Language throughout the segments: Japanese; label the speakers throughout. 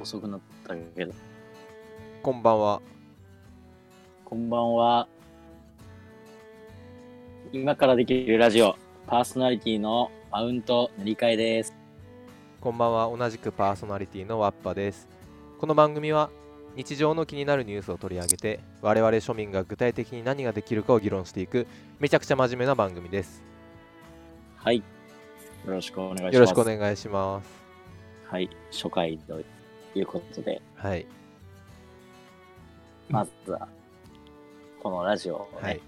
Speaker 1: 遅くなったけど、
Speaker 2: こんばんは。
Speaker 1: こんばんは。今からできるラジオ、パーソナリティのマウント塗り替えです。
Speaker 2: こんばんは。同じくパーソナリティのワッパです。この番組は日常の気になるニュースを取り上げて、我々庶民が具体的に何ができるかを議論していく、めちゃくちゃ真面目な番組です。
Speaker 1: はい。よろしくお願いします。
Speaker 2: よろしくお願いします。
Speaker 1: はい。初回ということで、
Speaker 2: はい。
Speaker 1: まずは、このラジオをね、
Speaker 2: はい。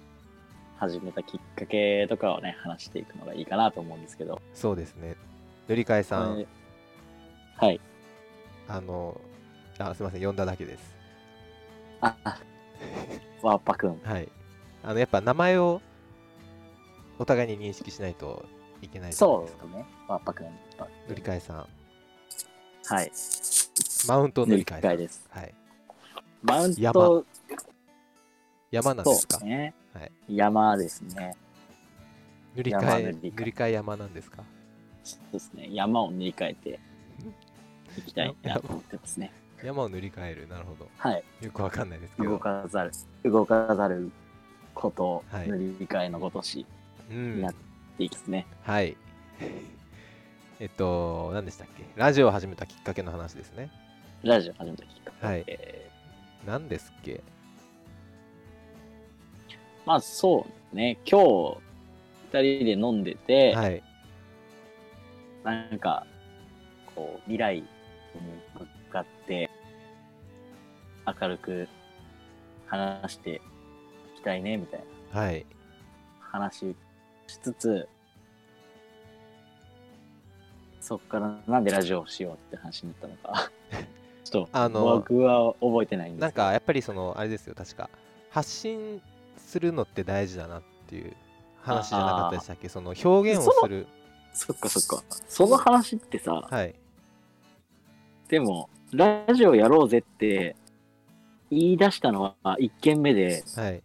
Speaker 1: 始めたきっかけとかをね、話していくのがいいかなと思うんですけど。
Speaker 2: そうですね。塗り替えさん、
Speaker 1: えーはい。
Speaker 2: あの、あ、すみません。呼んだだけです。
Speaker 1: あ、あわっぱくん。
Speaker 2: はい。あの、やっぱ名前をお互いに認識しないといけないじゃな
Speaker 1: そ
Speaker 2: い
Speaker 1: う
Speaker 2: で
Speaker 1: ですす
Speaker 2: か。
Speaker 1: ね。わっぱくん。
Speaker 2: 塗り替えさん、
Speaker 1: はい。
Speaker 2: マウント塗り替えさん。
Speaker 1: です。
Speaker 2: はい。
Speaker 1: マウン
Speaker 2: や
Speaker 1: ト、
Speaker 2: 山なん
Speaker 1: そう
Speaker 2: で
Speaker 1: です
Speaker 2: か
Speaker 1: すね。
Speaker 2: はい
Speaker 1: 山ですね。
Speaker 2: 塗り替
Speaker 1: 山
Speaker 2: え
Speaker 1: 塗り替え
Speaker 2: 塗り替え山なんですか
Speaker 1: そうですね。山を塗り替えていきたいなと思ってますね。
Speaker 2: 山を塗り替えるなるほど
Speaker 1: はい。
Speaker 2: よくわかんないですけ
Speaker 1: 動
Speaker 2: ど、
Speaker 1: かざる、動かざること、
Speaker 2: はい
Speaker 1: 塗り替えのごとし
Speaker 2: う
Speaker 1: に
Speaker 2: ん
Speaker 1: な、っていきますね。
Speaker 2: はい えっと何でしたっけラジオを始めたきっかけの話ですね
Speaker 1: ラジオ始めたきっかけ。
Speaker 2: はい
Speaker 1: え
Speaker 2: 何ですっけ
Speaker 1: ーまあそうね。今日、二人で飲んでて、
Speaker 2: はい
Speaker 1: なんか、こう、未来に向かって、明るく話していきたいね、みたいな
Speaker 2: はい
Speaker 1: 話しつつ、そっからなんでラジオをしようって話になったの か。ちょっと、
Speaker 2: あの
Speaker 1: 僕は覚えてないんで
Speaker 2: なん
Speaker 1: すけど。
Speaker 2: かやっぱりそのあれですよ確か発信するのって大事だなっていう話じゃなかったでしたっけその表現をする
Speaker 1: そっかそっか。その話ってさ、
Speaker 2: はい
Speaker 1: でも、ラジオやろうぜって言い出したのは1件目で、
Speaker 2: はい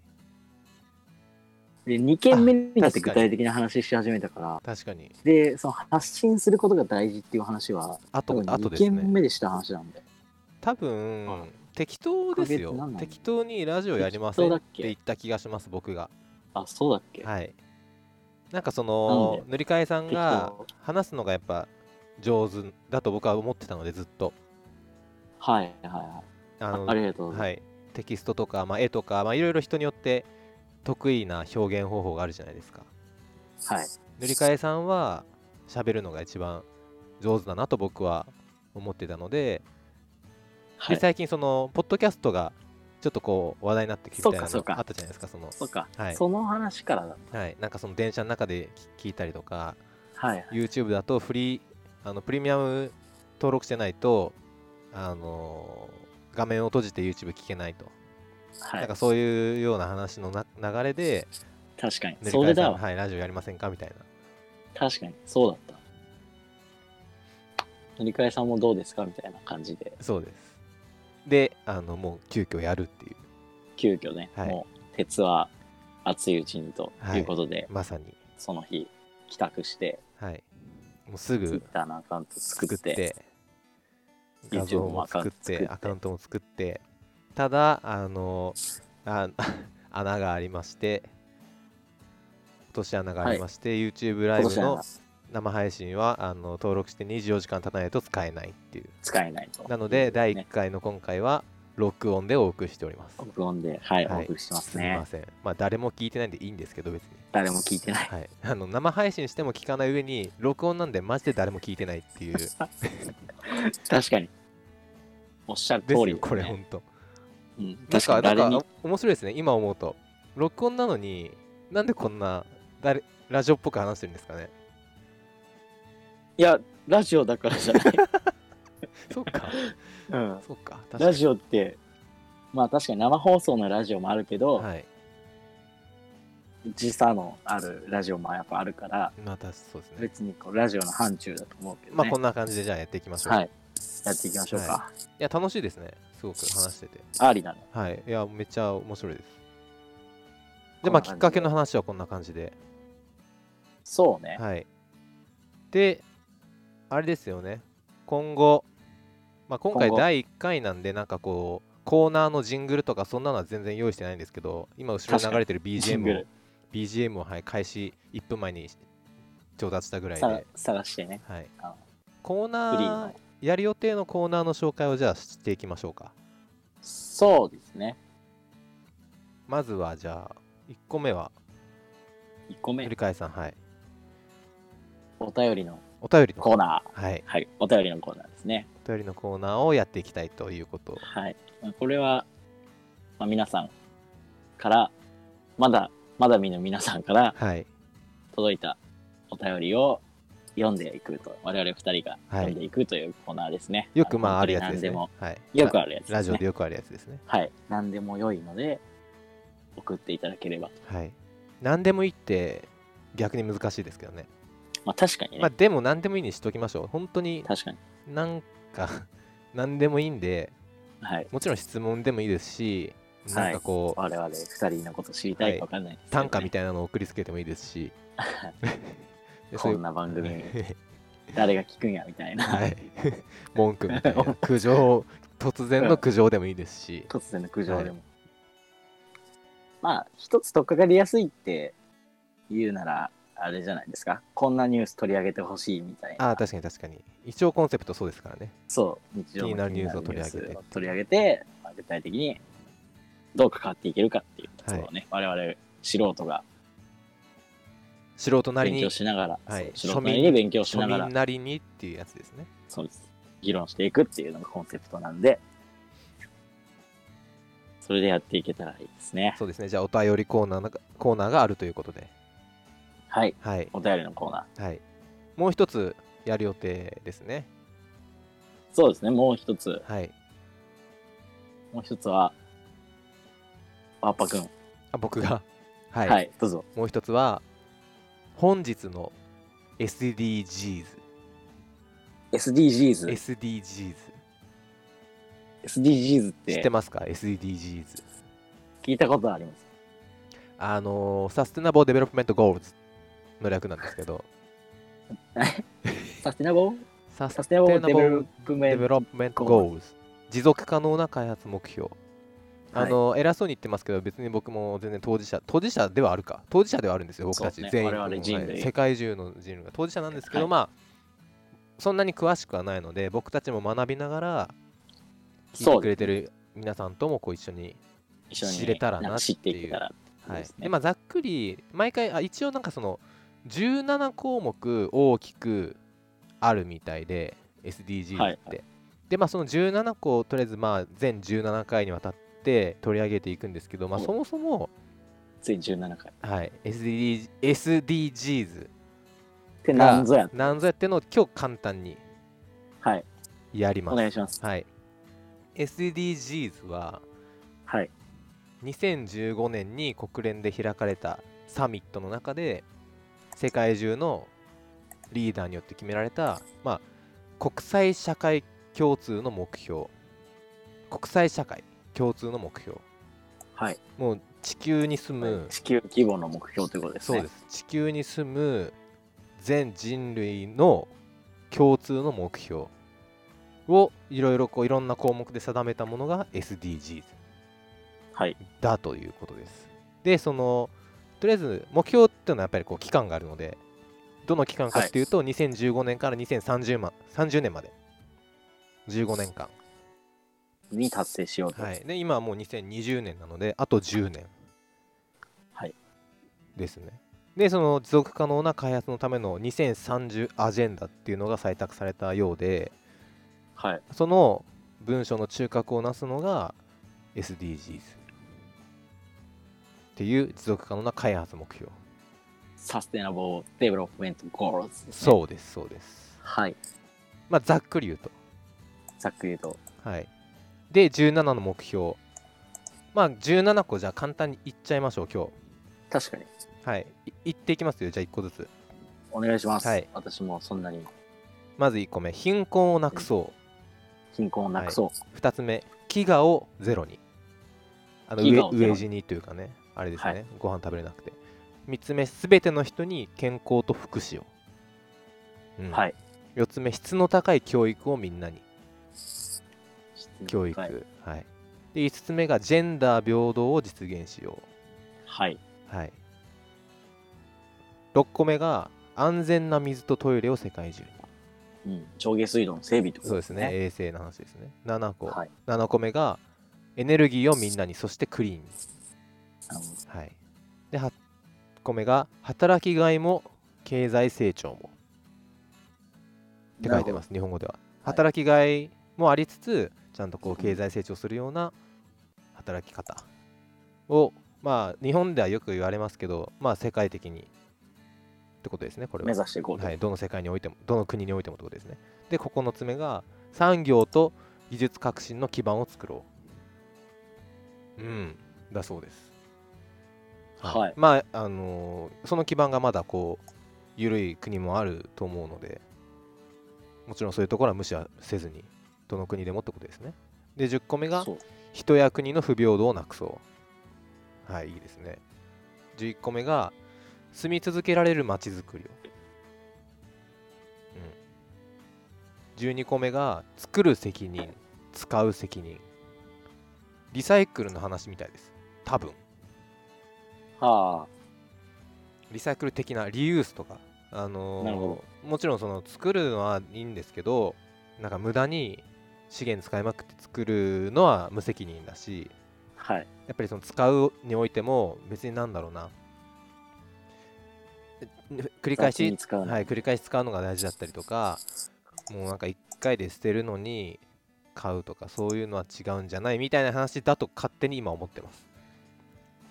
Speaker 1: で、2件目になって
Speaker 2: あ確か
Speaker 1: 具
Speaker 2: に
Speaker 1: 体的な話し始めたから、
Speaker 2: 確かに
Speaker 1: で、その発信することが大事っていう話は、
Speaker 2: あ
Speaker 1: 多
Speaker 2: と
Speaker 1: 分
Speaker 2: あ
Speaker 1: 2
Speaker 2: とです
Speaker 1: 件
Speaker 2: ね
Speaker 1: 目でした話なんで。
Speaker 2: 多分、
Speaker 1: はい
Speaker 2: 適当です
Speaker 1: 1ヶ月何
Speaker 2: よ
Speaker 1: なん
Speaker 2: 適当にラジオやりませ
Speaker 1: 適当
Speaker 2: ん
Speaker 1: だ
Speaker 2: っ
Speaker 1: ってけ
Speaker 2: 言った気がします僕が
Speaker 1: あ、そうだっけ、
Speaker 2: はいなんかその
Speaker 1: なん
Speaker 2: 塗り替えさんが
Speaker 1: 適
Speaker 2: 話すのがやっぱ上手だと僕は思ってたのでずっと
Speaker 1: はい、はいはい
Speaker 2: あ
Speaker 1: あ。ありがとうございます。
Speaker 2: はい、テキストとか、まあ、絵とか、まあ、いろいろ人によって得意な表現方法があるじゃないですか
Speaker 1: はい。
Speaker 2: 塗り替えさんは喋るのが一番上手だなと僕は思ってたので,、
Speaker 1: は
Speaker 2: で
Speaker 1: い。
Speaker 2: 最近そのポッドキャストがちょっとこう話題になってきてみたいな
Speaker 1: そう
Speaker 2: の
Speaker 1: かそうか
Speaker 2: あったじゃないですかその
Speaker 1: そうか、
Speaker 2: はい
Speaker 1: その話からだ。
Speaker 2: はい、なんかその電車の中で聞聞いたりとか、
Speaker 1: はい。
Speaker 2: YouTube だとフリーあのプレミアム登録してないと、あのー画面を閉じて YouTube 聞けないと、
Speaker 1: は
Speaker 2: なん
Speaker 1: い
Speaker 2: か。そういうような話のな流れで、
Speaker 1: 確かに。
Speaker 2: 塗り
Speaker 1: そ
Speaker 2: 替
Speaker 1: れ
Speaker 2: えさ
Speaker 1: だ
Speaker 2: ん、
Speaker 1: わ。
Speaker 2: はい、ラジオやりませんかみたいな。
Speaker 1: 確かに。そうだった。塗り替えさんもどうですかみたいな感じで、
Speaker 2: そうです。で、あのもう急遽やるっていう、
Speaker 1: 急遽ね、
Speaker 2: はい
Speaker 1: もう、鉄は熱いうちにと
Speaker 2: はい
Speaker 1: いうことで、
Speaker 2: まさに、
Speaker 1: その日、帰宅して、
Speaker 2: はい、もうすぐ
Speaker 1: Twitter のアカウント作
Speaker 2: 作
Speaker 1: っ、
Speaker 2: ってて、画像
Speaker 1: YouTube も
Speaker 2: も
Speaker 1: アカウ
Speaker 2: 作
Speaker 1: ン
Speaker 2: っ
Speaker 1: ト作って
Speaker 2: て、アカウントも作って、ただ、あの、あ 穴がありまして、落とし穴がありまして、YouTube ライ
Speaker 1: 今
Speaker 2: ブ
Speaker 1: 年
Speaker 2: の
Speaker 1: は
Speaker 2: 生配信はあの登録して24時間経たないと使えないっていう。
Speaker 1: 使えないと。
Speaker 2: なので、第1
Speaker 1: ね
Speaker 2: 回の今回は、録音でお送りしております。
Speaker 1: 録音で、はい、
Speaker 2: はい
Speaker 1: お送りしてます
Speaker 2: すみ
Speaker 1: ね
Speaker 2: ま。せん。まあ、誰も聞いてないんでいいんですけど、別に。
Speaker 1: 誰も聞いてない。
Speaker 2: はい、あの生配信しても聞かない上に録音なんでマジで誰も聞いてないっていう
Speaker 1: 確かに。おっしゃる通
Speaker 2: です
Speaker 1: り
Speaker 2: よ
Speaker 1: です、ね。
Speaker 2: これ本当
Speaker 1: うん、
Speaker 2: なん
Speaker 1: 確か
Speaker 2: か
Speaker 1: に
Speaker 2: なん
Speaker 1: 誰に
Speaker 2: か面白いですね今思うと録音なのになんでこんな誰ラジオっぽく話してるんですかね
Speaker 1: いや、ラジオだからじゃない。
Speaker 2: そ っか
Speaker 1: うん、
Speaker 2: そっか確かに
Speaker 1: ラジオって、まあ確かに生放送のラジオもあるけど、
Speaker 2: はい
Speaker 1: 時差のあるラジオもやっぱあるから、
Speaker 2: まあ確かそうですね
Speaker 1: 別にこうラジオの範疇だと思うけど、ね。
Speaker 2: まあこんな感じでじゃあやっていきましょう、、
Speaker 1: はいい。やっていきましょうか。
Speaker 2: はや楽しいですねすごく話してて
Speaker 1: ありだね。
Speaker 2: はいいやめっちゃ面白いですでまあきっかけの話はこんな感じで
Speaker 1: そうね。
Speaker 2: はい。で、あれですよね。今後、まあ、今回
Speaker 1: 今後
Speaker 2: 第1回なんでなんかこうコーナーのジングルとかそんなのは全然用意してないんですけど今後ろに流れてる
Speaker 1: シング
Speaker 2: BGM を
Speaker 1: ル
Speaker 2: BGM を、はい、開始1分前に調達したぐらいで、
Speaker 1: さ
Speaker 2: は
Speaker 1: 探してね
Speaker 2: い
Speaker 1: あの、
Speaker 2: コー
Speaker 1: フリー
Speaker 2: ナー
Speaker 1: の
Speaker 2: やる予定のコーナーの紹介をじゃあしていきましょうか
Speaker 1: そうですね
Speaker 2: まずはじゃあ1個目は
Speaker 1: 1個目
Speaker 2: 鳥飼さんはい
Speaker 1: お便りの
Speaker 2: お便りの
Speaker 1: コーナー
Speaker 2: はい
Speaker 1: はいお便りのコーナーですね
Speaker 2: お便りのコーナーをやっていきたいということ
Speaker 1: はいまあこれは、まあ、皆さんからまだまだ見ぬ皆さんから
Speaker 2: はい
Speaker 1: 届いたお便りを読んでいくと我々2人が読んでいくというコーナーですね、
Speaker 2: よくまああるやつで
Speaker 1: 何
Speaker 2: すね
Speaker 1: でも
Speaker 2: はい
Speaker 1: よくあるやつです、ね、
Speaker 2: ラジオでよくあるやつですね
Speaker 1: はい何でも良いので送っていただければと
Speaker 2: はい何でもいいって逆に難しいですけどね
Speaker 1: まあ確かにね、
Speaker 2: まあでも何でもいいにしときましょう本当に
Speaker 1: 確かに
Speaker 2: なんか 何でもいいんで
Speaker 1: はい
Speaker 2: もちろん質問でもいいですし
Speaker 1: は
Speaker 2: ないんかこう、
Speaker 1: 我々2人のこと知りたいか分かんないですけどね、
Speaker 2: 短歌みたいなのを送りつけてもいいで すし
Speaker 1: こ
Speaker 2: でそうん
Speaker 1: な番組
Speaker 2: いう
Speaker 1: 誰が聞くんやみたいな、
Speaker 2: はい文句みた いな苦情突然の苦情でもいいですし
Speaker 1: 突然の苦情でも、まあ一つ取っかかりやすいって言うならあれじゃないですかこんなニュース取り上げてほしいみたいな
Speaker 2: ああ確かに確かに一応コンセプトそうですからね
Speaker 1: そう日常の
Speaker 2: 気になるニュースを取り上げて
Speaker 1: 気になるニュースを取り上げて、まあ具体的にどう関わっていけるかっていうところをね、我々素人が
Speaker 2: 素人なり
Speaker 1: 勉
Speaker 2: に
Speaker 1: 強しながら、
Speaker 2: はい
Speaker 1: そう素人なりに勉強しな
Speaker 2: 庶
Speaker 1: がら
Speaker 2: 民なりにっていうやつですね
Speaker 1: そうです議論していくっていうのがコンセプトなんでそれでやっていけたらいいですね
Speaker 2: そうですねじゃあお便りコーナーのコーナーがあるということで
Speaker 1: はい
Speaker 2: はい
Speaker 1: お便りのコーナー
Speaker 2: はいもう一つやる予定ですね
Speaker 1: そうですねもう一つ
Speaker 2: はい
Speaker 1: もう一つはわっぱくん
Speaker 2: あ僕がはい、
Speaker 1: はい、どうぞ
Speaker 2: もう一つは本日の SDGs
Speaker 1: SDGs
Speaker 2: SDGs
Speaker 1: SDGs っ
Speaker 2: 知っててますか SDGs
Speaker 1: 聞いたことあります
Speaker 2: あのーサステナブルデベロップメントゴールズの略なんです けど
Speaker 1: サステナブル
Speaker 2: サス
Speaker 1: サス
Speaker 2: テ
Speaker 1: テナ
Speaker 2: ナ
Speaker 1: ブ
Speaker 2: ブ
Speaker 1: ル
Speaker 2: ル
Speaker 1: デベロップメ
Speaker 2: デ
Speaker 1: ント
Speaker 2: ベロップメントゴールズ持続可能な開発目標あの、偉そうに言ってますけど別に僕も全然当事者当事者ではあるか当事者ではあるんですよ僕た
Speaker 1: そうです
Speaker 2: ち
Speaker 1: ね
Speaker 2: 全員
Speaker 1: 我々人類
Speaker 2: はい世界中の人類が当事者なんですけど、
Speaker 1: はい
Speaker 2: まあそんなに詳しくはないので僕たちも学びながら聞い
Speaker 1: そ
Speaker 2: て
Speaker 1: う
Speaker 2: く
Speaker 1: です
Speaker 2: れてる皆さんともこう一緒に、
Speaker 1: 一緒に
Speaker 2: 知れたらなっていうん
Speaker 1: か知っていけたらそう
Speaker 2: はい
Speaker 1: ですね
Speaker 2: でまあ、ざっくり毎回あ一応なんかその17項目大きくあるみたいで SDGs って、
Speaker 1: はいは
Speaker 2: でまあその17個をとりあえずまあ全17回にわたって取り上げていくんですけど、まあ、
Speaker 1: うん
Speaker 2: そもそも、
Speaker 1: 全17回っ
Speaker 2: はい、SDG SDGs
Speaker 1: て
Speaker 2: が
Speaker 1: なんぞや
Speaker 2: なんぞやってのを今日簡単に
Speaker 1: はい
Speaker 2: やり
Speaker 1: お
Speaker 2: ま
Speaker 1: 願い
Speaker 2: す。
Speaker 1: します
Speaker 2: はい、SDGs は
Speaker 1: はい
Speaker 2: 2015年に国連で開かれたサミットの中で世界中のリーダーによって決められた、まあ、国際社会共通の目標国際社会共通の目標
Speaker 1: はい
Speaker 2: もう地球に住む、
Speaker 1: 地球規模の目標ということです
Speaker 2: そう
Speaker 1: ね
Speaker 2: です地球に住む全人類の共通の目標をいろいろこういろんな項目で定めたものが SDGs
Speaker 1: はい
Speaker 2: だということですでそのとりあえず目標っていうのはやっぱりこう期間があるのでどの期間かっていうと、2015年から2030ま30年まで15年間、
Speaker 1: に達成しようと、
Speaker 2: はい、で今はもう2020年なのであと10年
Speaker 1: はい
Speaker 2: ですねでその持続可能な開発のための2030アジェンダっていうのが採択されたようで
Speaker 1: はい
Speaker 2: その文章の中核をなすのが SDGs っていう持続可能な開発目標
Speaker 1: サステナブルデベロップメントゴールズですね
Speaker 2: そうですそうです
Speaker 1: はい
Speaker 2: まあざっくり言うと
Speaker 1: ざっくり言うと
Speaker 2: はいで17の目標まあ17個じゃあ簡単に言っちゃいましょう今日
Speaker 1: 確かに
Speaker 2: はい、い言っていきますよ、じゃあ1個ずつ。
Speaker 1: お願いします、
Speaker 2: はい
Speaker 1: 私もそんなに
Speaker 2: まず1個目、貧困をなくそ
Speaker 1: 貧困をなくそう、
Speaker 2: う。2つ目、飢餓をゼロに。あの
Speaker 1: 飢
Speaker 2: 飢
Speaker 1: 餓を
Speaker 2: 餓
Speaker 1: ゼロ
Speaker 2: 飢え死にというかね、あれですね、ご飯食べれなくて。3つ目、すべての人に健康と福祉を。うん
Speaker 1: はい
Speaker 2: 4つ目、質の高い教育をみんなに。教
Speaker 1: はい
Speaker 2: 育、はい、で5つ目がジェンダー平等を実現しよ
Speaker 1: はい。
Speaker 2: う、はい、6個目が安全な水とトイレを世界中に
Speaker 1: うん。上下水道の整備ってこと
Speaker 2: そうですね。衛生の話ですね7個、
Speaker 1: はい。
Speaker 2: 7個目がエネルギーをみんなにそしてクリーンに、
Speaker 1: あの
Speaker 2: はい、で8個目が働きがいも経済成長もって書いてます日本語では働きがいもありつつちゃんとこう経済成長するような働き方をまあ日本ではよく言われますけどまあ世界的にってことですねこれは
Speaker 1: 目指していこうと。
Speaker 2: はい、どの世界においてもどの国においてもってことですねで9つ目が産業と技術革新の基盤を作ろううんだそうです
Speaker 1: はい
Speaker 2: まああのーその基盤がまだこう緩い国もあると思うのでもちろんそういうところは無視はせずにどの国でもってことですねで10個目が
Speaker 1: そう。
Speaker 2: 人や国の不平等をなくそうはいいいですね11個目が住み続けられる街づくりを、うん、12個目が作る責任使う責任リサイクルの話みたいです多分
Speaker 1: は
Speaker 2: リサイクル的なリユースとか、あのー
Speaker 1: なるほ
Speaker 2: もちろんその作るのはいいんですけどなんか無駄に資源使いまくって作るのは無責任だし
Speaker 1: あ。はい。
Speaker 2: やっぱりその使うにおいても別になんだろうなえ繰り返
Speaker 1: 雑に
Speaker 2: し、
Speaker 1: 使うの
Speaker 2: はい、繰り返し使うのが大事だったりとかもうなんか1回で捨てるのに買うとかそういうのは違うんじゃないみたいな話だと勝手に今思ってます、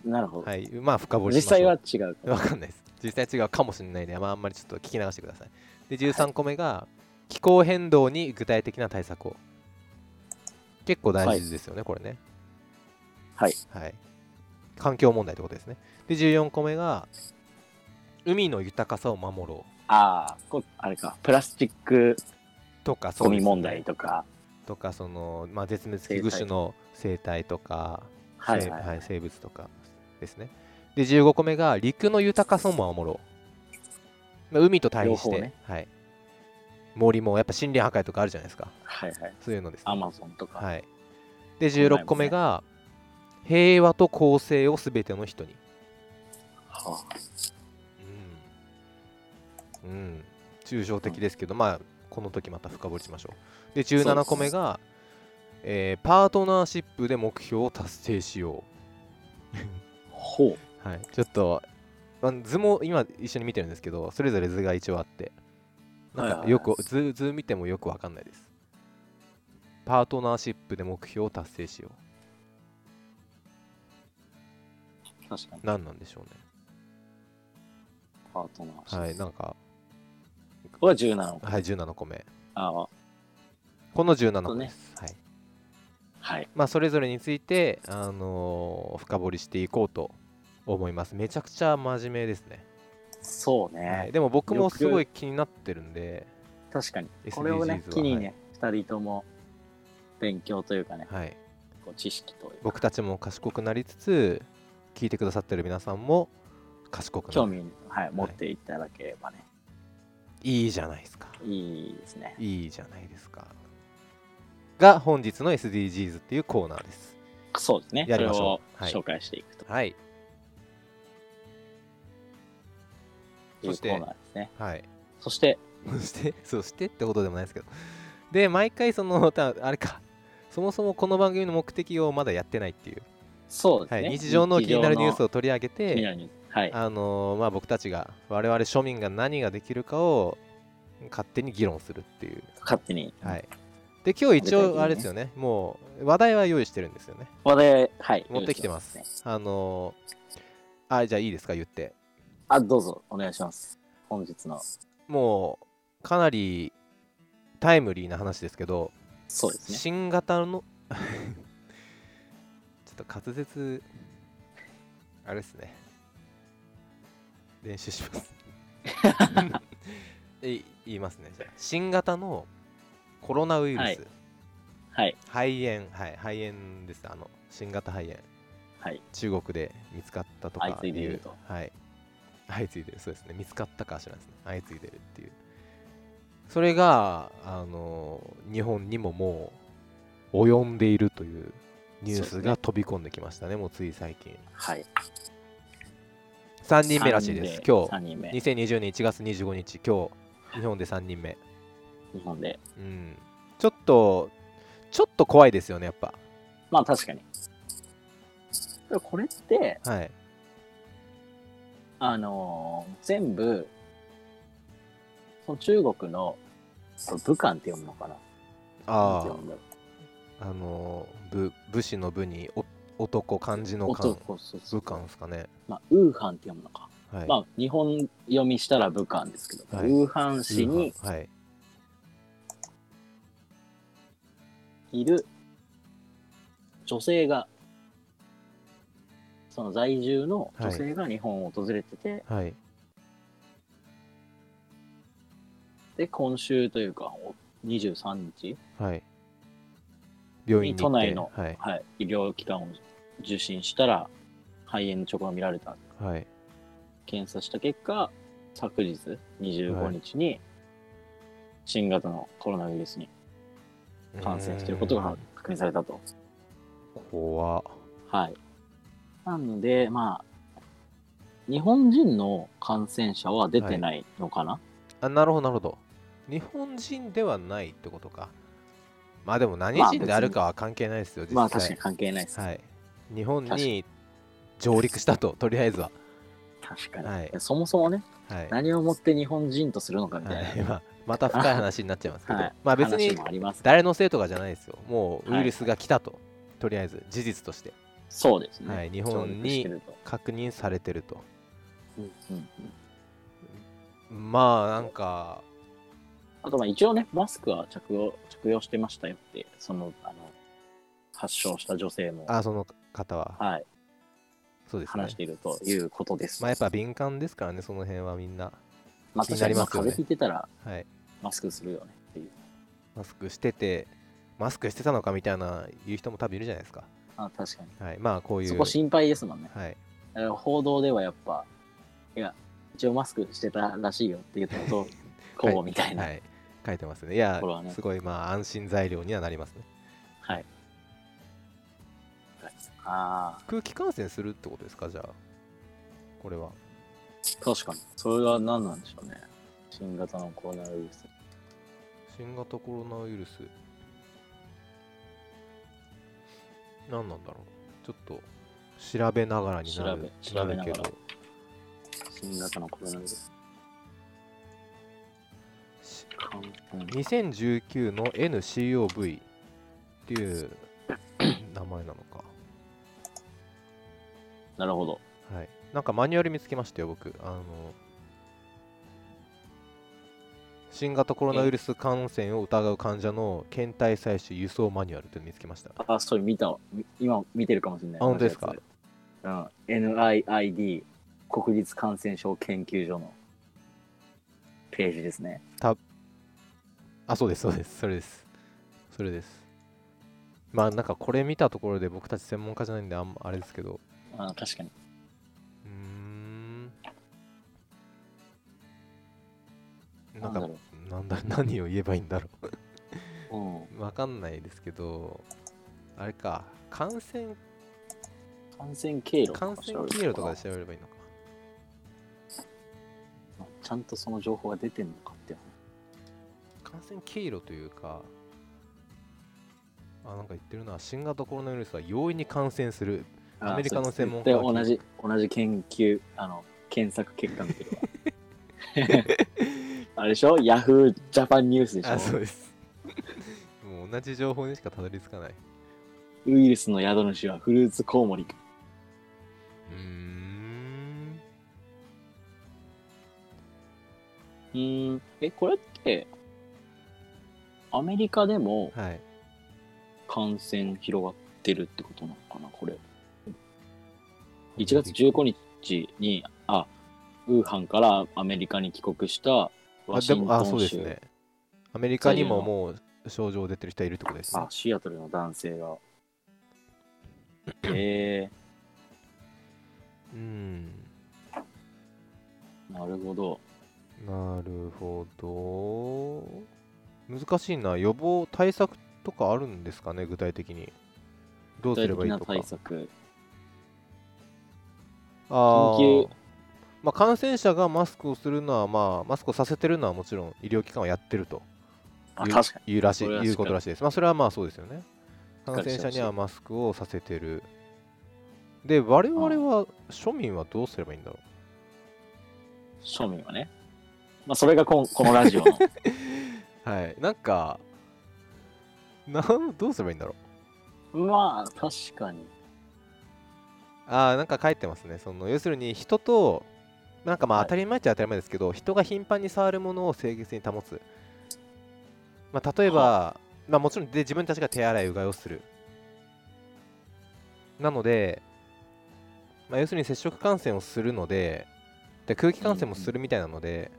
Speaker 1: なるほど。
Speaker 2: はい、まあ深掘りし
Speaker 1: 実
Speaker 2: ましょう
Speaker 1: 際は違う。
Speaker 2: わかんないです。実際違うかもしれないので、まあ、あんまりちょっと聞き流してください。で、13個目が、気候変動に具体的な対策を。結構大事ですよね、これね。
Speaker 1: はい。
Speaker 2: はい。環境問題ってことですね。で、14個目が、海の豊かさを守ろう
Speaker 1: ああ、こあれか。プラスチック
Speaker 2: とか、そう
Speaker 1: ゴ
Speaker 2: で
Speaker 1: ミ
Speaker 2: すね
Speaker 1: 問題とか。
Speaker 2: とか、その、まあ、絶滅危惧種の生態とか、
Speaker 1: はい
Speaker 2: 生
Speaker 1: はい。
Speaker 2: はい生物とかですね。で、15個目が、陸の豊かさも守ろう。まあ海と対比し
Speaker 1: 両
Speaker 2: て、
Speaker 1: 方ね
Speaker 2: はい、森もやっぱ森林破壊とかあるじゃないですか。
Speaker 1: はいはい。
Speaker 2: そういうのです、
Speaker 1: アマゾンとか。
Speaker 2: はい。で、16個目が、平和と公正をすべての人に。
Speaker 1: はあ
Speaker 2: うん。うん。抽象的ですけど、まあ、この時また深掘りしましょう。で、17個目が、えーパートナーシップで目標を達成しよう。
Speaker 1: ほう。
Speaker 2: はい、ちょっと、まあ、図も今一緒に見てるんですけどそれぞれ図が一応あって
Speaker 1: はい
Speaker 2: なん
Speaker 1: はい
Speaker 2: か
Speaker 1: はい
Speaker 2: よく、図図見てもよくわかんないですパートナーシップで目標を達成しよ
Speaker 1: 確かに
Speaker 2: う。何なんでしょうね
Speaker 1: パートナー。
Speaker 2: はいなんか
Speaker 1: これは17個。
Speaker 2: はい17個目
Speaker 1: ああ。
Speaker 2: この17
Speaker 1: そ
Speaker 2: 個
Speaker 1: う
Speaker 2: で
Speaker 1: ね
Speaker 2: す、はい
Speaker 1: はい。
Speaker 2: まあ、それぞれについて、あのー深掘りしていこうと思いますめちゃくちゃ真面目ですね、
Speaker 1: そう
Speaker 2: はい、
Speaker 1: ね。
Speaker 2: でも僕も
Speaker 1: よく
Speaker 2: すごい気になってるんで
Speaker 1: 確かに。
Speaker 2: SDGs
Speaker 1: これをね、
Speaker 2: は
Speaker 1: 機にね、二人とも勉強というかね、
Speaker 2: はい、
Speaker 1: こう知識というか、
Speaker 2: 僕たちも賢くなりつつ聞いてくださってる皆さんも賢く
Speaker 1: 興
Speaker 2: なる
Speaker 1: 味を、はい、持っていただければね、
Speaker 2: いいじゃないですか
Speaker 1: いいですね。
Speaker 2: いいじゃないですかが本日の SDGs っていうコーナーです
Speaker 1: そうですね。
Speaker 2: や
Speaker 1: そ
Speaker 2: り
Speaker 1: れ
Speaker 2: ましょ
Speaker 1: を
Speaker 2: うはい
Speaker 1: 紹介していくと
Speaker 2: はい
Speaker 1: い
Speaker 2: そうし
Speaker 1: コ
Speaker 2: て
Speaker 1: ーナーですね。
Speaker 2: はい
Speaker 1: そして、
Speaker 2: そしてそしてってことでもないですけどで毎回そのたあれかそもそもこの番組の目的をまだやってないっていう、
Speaker 1: そうで
Speaker 2: は
Speaker 1: すね。
Speaker 2: い、日常の気になるニュース
Speaker 1: を。
Speaker 2: を取り上げて
Speaker 1: 気になるニュース。はい。
Speaker 2: あのーまあ、僕たちが我々庶民が何ができるかを勝手に議論するっていう、
Speaker 1: 勝手に。
Speaker 2: はい、で今日一
Speaker 1: 具体的に
Speaker 2: 応
Speaker 1: ね
Speaker 2: あれですよねもう話題は用意してるんですよね
Speaker 1: 話題、はい。
Speaker 2: 持ってきてます
Speaker 1: 用意して
Speaker 2: あのーあじゃあいいですか言って
Speaker 1: ねあ、どうぞ、お願いします。本日の、
Speaker 2: もうかなりタイムリーな話ですけど
Speaker 1: そうですね。
Speaker 2: 新型の ちょっと滑舌あれですね練習します い言いますねじゃあ新型のコロナウイルス、
Speaker 1: はいはい。
Speaker 2: 肺炎はい肺炎ですあの新型肺炎
Speaker 1: はい。
Speaker 2: 中国で見つかったとか
Speaker 1: 相次いでいると
Speaker 2: うはい相次いでるそうですね見つかったかは知らないですね相次いでるっていうそれがあの日本にももう及んでいるというニュー
Speaker 1: そう
Speaker 2: ス
Speaker 1: ですね
Speaker 2: が飛び込んできましたねもうつい最近
Speaker 1: はい。
Speaker 2: 3人目らしいです
Speaker 1: 三
Speaker 2: 今
Speaker 1: 人三人目。
Speaker 2: 日2020年1月25日今日日本で3人目
Speaker 1: 日本で。
Speaker 2: うんちょっとちょっと怖いですよねやっぱ
Speaker 1: まあ確かに。でもこれって、
Speaker 2: はい
Speaker 1: あのー全部、その中国の、これ武漢って読むのかななんて
Speaker 2: あ
Speaker 1: 読むんだろう
Speaker 2: ああの武武士の武にお男漢字の漢
Speaker 1: 男、そうそう
Speaker 2: 武漢ですかね
Speaker 1: まあ、ウーハンって読むのか。
Speaker 2: はい、
Speaker 1: まあ、日本読みしたら武漢ですけど、
Speaker 2: はい
Speaker 1: ウーハン市に
Speaker 2: 武漢はい
Speaker 1: いる女性が、その在住の女性が日本を訪れてて、
Speaker 2: はい
Speaker 1: で、今週というか、お23日、
Speaker 2: はい病院に行って
Speaker 1: 都内の
Speaker 2: はい
Speaker 1: はい、医療機関を受診したら、肺炎の兆候が見られた。
Speaker 2: はい
Speaker 1: 検査した結果、昨日25日に、新型のコロナウイルスに感染していること
Speaker 2: う
Speaker 1: が
Speaker 2: ん
Speaker 1: 確認されたと。
Speaker 2: 怖っ
Speaker 1: はい。なので、まあ、日本人の感染者は出てないのかな、
Speaker 2: あなるほどなるほど日本人ではないってことかまあでも何
Speaker 1: まあ
Speaker 2: 人であるかは関係ないですよ、実際
Speaker 1: まあ確かに関係ないです。
Speaker 2: はい日本
Speaker 1: 確か
Speaker 2: に上陸したととりあえずは
Speaker 1: 確かに、
Speaker 2: はい
Speaker 1: そもそもね、
Speaker 2: はい、
Speaker 1: 何をもって日本人とするのかみたい
Speaker 2: はい
Speaker 1: な、
Speaker 2: まあ、また深い話になっちゃいますけど、
Speaker 1: はい
Speaker 2: まあ別
Speaker 1: 話
Speaker 2: に
Speaker 1: もあります
Speaker 2: 誰のせいとかじゃないですよもう
Speaker 1: は
Speaker 2: ウ
Speaker 1: い
Speaker 2: イルスが来たと、とりあえず事実として
Speaker 1: そうですね。
Speaker 2: はい日本に
Speaker 1: 上陸してると
Speaker 2: 確認されてると
Speaker 1: うんうんうん
Speaker 2: まあなんか
Speaker 1: あとまあ一応ね、マスクは着用着用してましたよって、そのあの発症した女性も、
Speaker 2: あその方は、
Speaker 1: はい、
Speaker 2: そうですね
Speaker 1: 話しているということです。
Speaker 2: まあやっぱ敏感ですからねその辺はみんな
Speaker 1: まあ
Speaker 2: 気になりますよね
Speaker 1: 確かに風邪ひいてたら
Speaker 2: はい
Speaker 1: マスクするよねっていう。
Speaker 2: マスクしてて、マスクしてたのかみたいな言う人も多分いるじゃないですか。
Speaker 1: あ確かに。
Speaker 2: はい、まあこういう。
Speaker 1: そこ心配ですもんね。
Speaker 2: はい、
Speaker 1: あの報道ではやっぱ、いや、一応マスクしてたらしいよって言った こと、こうみたいな。
Speaker 2: は
Speaker 1: はい。
Speaker 2: い、書いてますね。いや
Speaker 1: ところは、ね
Speaker 2: すごいまあ安心材料にはなりますね。
Speaker 1: あ
Speaker 2: 空気感染するってことですか、じゃあ。これは。
Speaker 1: あ、確かに。それは何なんでしょうね。新型のコロナウイルス。
Speaker 2: 新型コロナウイルス。何なんだろう。ちょっと調べながらになる
Speaker 1: 調べ
Speaker 2: るけ
Speaker 1: 調べなが
Speaker 2: ど
Speaker 1: ら新型のコロナウイルス。
Speaker 2: し
Speaker 1: 感染
Speaker 2: 2019の NCOV っ ていう名前なのか。
Speaker 1: なるほど。
Speaker 2: はい、なんかマニュアル見つけましたよ、僕。あの新型コロナウイルス感染を疑う患者の検体採取輸送マニュアルって見つけました。
Speaker 1: あ、それ見たわ。み今見てるかもしれない。
Speaker 2: あ本当ですか
Speaker 1: 同じやつうん。NIID、国立感染症研究所のページですね。
Speaker 2: あ、そうです、そうです、それです。それです。まあ、なんかこれ見たところで僕たち専門家じゃないんで、あんまあれですけど。
Speaker 1: あ確かに。
Speaker 2: うーん。な
Speaker 1: なんん
Speaker 2: か
Speaker 1: だ、ろ
Speaker 2: なんだ、 何を言えばいいんだろう。
Speaker 1: う。うん。
Speaker 2: わかんないですけど、あれか、感染
Speaker 1: 感染経路とか
Speaker 2: 感染経路とかで調べればいいのか。
Speaker 1: まあちゃんとその情報が出てんのかっていう
Speaker 2: 感染経路というか、あ、なんか言ってるな、新型コロナウイルスは容易に感染する。
Speaker 1: 話
Speaker 2: アメリカの専門家
Speaker 1: で
Speaker 2: は聞い
Speaker 1: 同じ同じ研究あの検索結果見 てるわあれでしょヤフージャパンニュースでし
Speaker 2: あ、そ
Speaker 1: ょ
Speaker 2: うです。 もう同じ情報にしかたどり着かない。
Speaker 1: ウイルスの宿主はフルーツコウモリか
Speaker 2: うーん。
Speaker 1: うーんえこれってアメリカでも
Speaker 2: はい。
Speaker 1: 感染広がってるってことなのかなこれ1月15日にあウーハンからアメリカに帰国した
Speaker 2: あ、
Speaker 1: ワ
Speaker 2: で
Speaker 1: シン
Speaker 2: も、
Speaker 1: ト
Speaker 2: あ、そう
Speaker 1: ン
Speaker 2: です
Speaker 1: 州
Speaker 2: ね。アメリカにももう症状出てる人いるってことですね
Speaker 1: あ、。シアトルの男性 が。え
Speaker 2: うん。
Speaker 1: ー、なるほど。
Speaker 2: なるほど。難しいな。予防対策とかあるんですかね具体的にどう
Speaker 1: 具体
Speaker 2: すれば
Speaker 1: 的
Speaker 2: いい
Speaker 1: な
Speaker 2: とか
Speaker 1: 対策。
Speaker 2: あー
Speaker 1: 緊急
Speaker 2: まあ、感染者がマスクをするのは、まあ、マスクをさせてるのはもちろん医療機関はやってると
Speaker 1: あ、
Speaker 2: いう
Speaker 1: 確かに。
Speaker 2: いうらしい
Speaker 1: それはしっかり
Speaker 2: いうことらしいです。まあ、それはまあそうですよね。
Speaker 1: っ
Speaker 2: 感
Speaker 1: かり
Speaker 2: 染
Speaker 1: してほしい
Speaker 2: 者にはマスクをさせてる。で、我々は庶民はどうすればいいんだろ
Speaker 1: 庶民はね。まあ、それがこんこのラジオの。
Speaker 2: う。はい、なんか、なんどうすればいいんだろ
Speaker 1: まあ、確かに。
Speaker 2: う。ああ、なんか書いてますね。その要するに人と、なんかまあ
Speaker 1: はい
Speaker 2: 当たり前っちゃ当たり前ですけど、人が頻繁に触るものを清潔に保つ。まあ、例えば、まあ、もちろんで自分たちが手洗い、うがいをする。なので、まあ、要するに接触感染をするので、で空気感染もするみたいなので、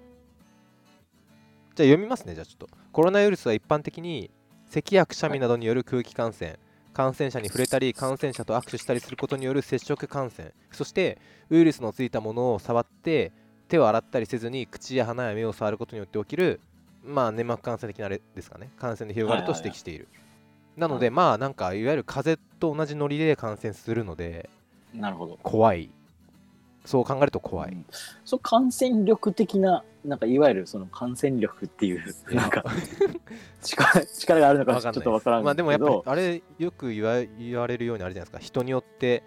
Speaker 2: じゃあ読みますね、じゃあちょっと。コロナウイルスは一般的に、咳やくしゃみなどによる空気感染、感染者に触れたり、感染者と握手したりすることによる接触感染、そしてウイルスのついたものを触って、手を洗ったりせずに口や鼻や目を触ることによって起きる、まあ、粘膜感染的なあれですかね、感染で広がると指摘している。なので、まあ、なんか、いわゆる風邪と同じノリで感染するので、
Speaker 1: なるほど。
Speaker 2: 怖いそう考えると怖い、
Speaker 1: うんそう感染力的な、なんかいわゆるその感染力っていう、
Speaker 2: いや
Speaker 1: なんか力力があるの
Speaker 2: わ
Speaker 1: か
Speaker 2: かんない
Speaker 1: ちょっとわからん
Speaker 2: まあでもやっぱ
Speaker 1: け
Speaker 2: り
Speaker 1: ど
Speaker 2: あれよく言わ言われるようにあれじゃないですか人によって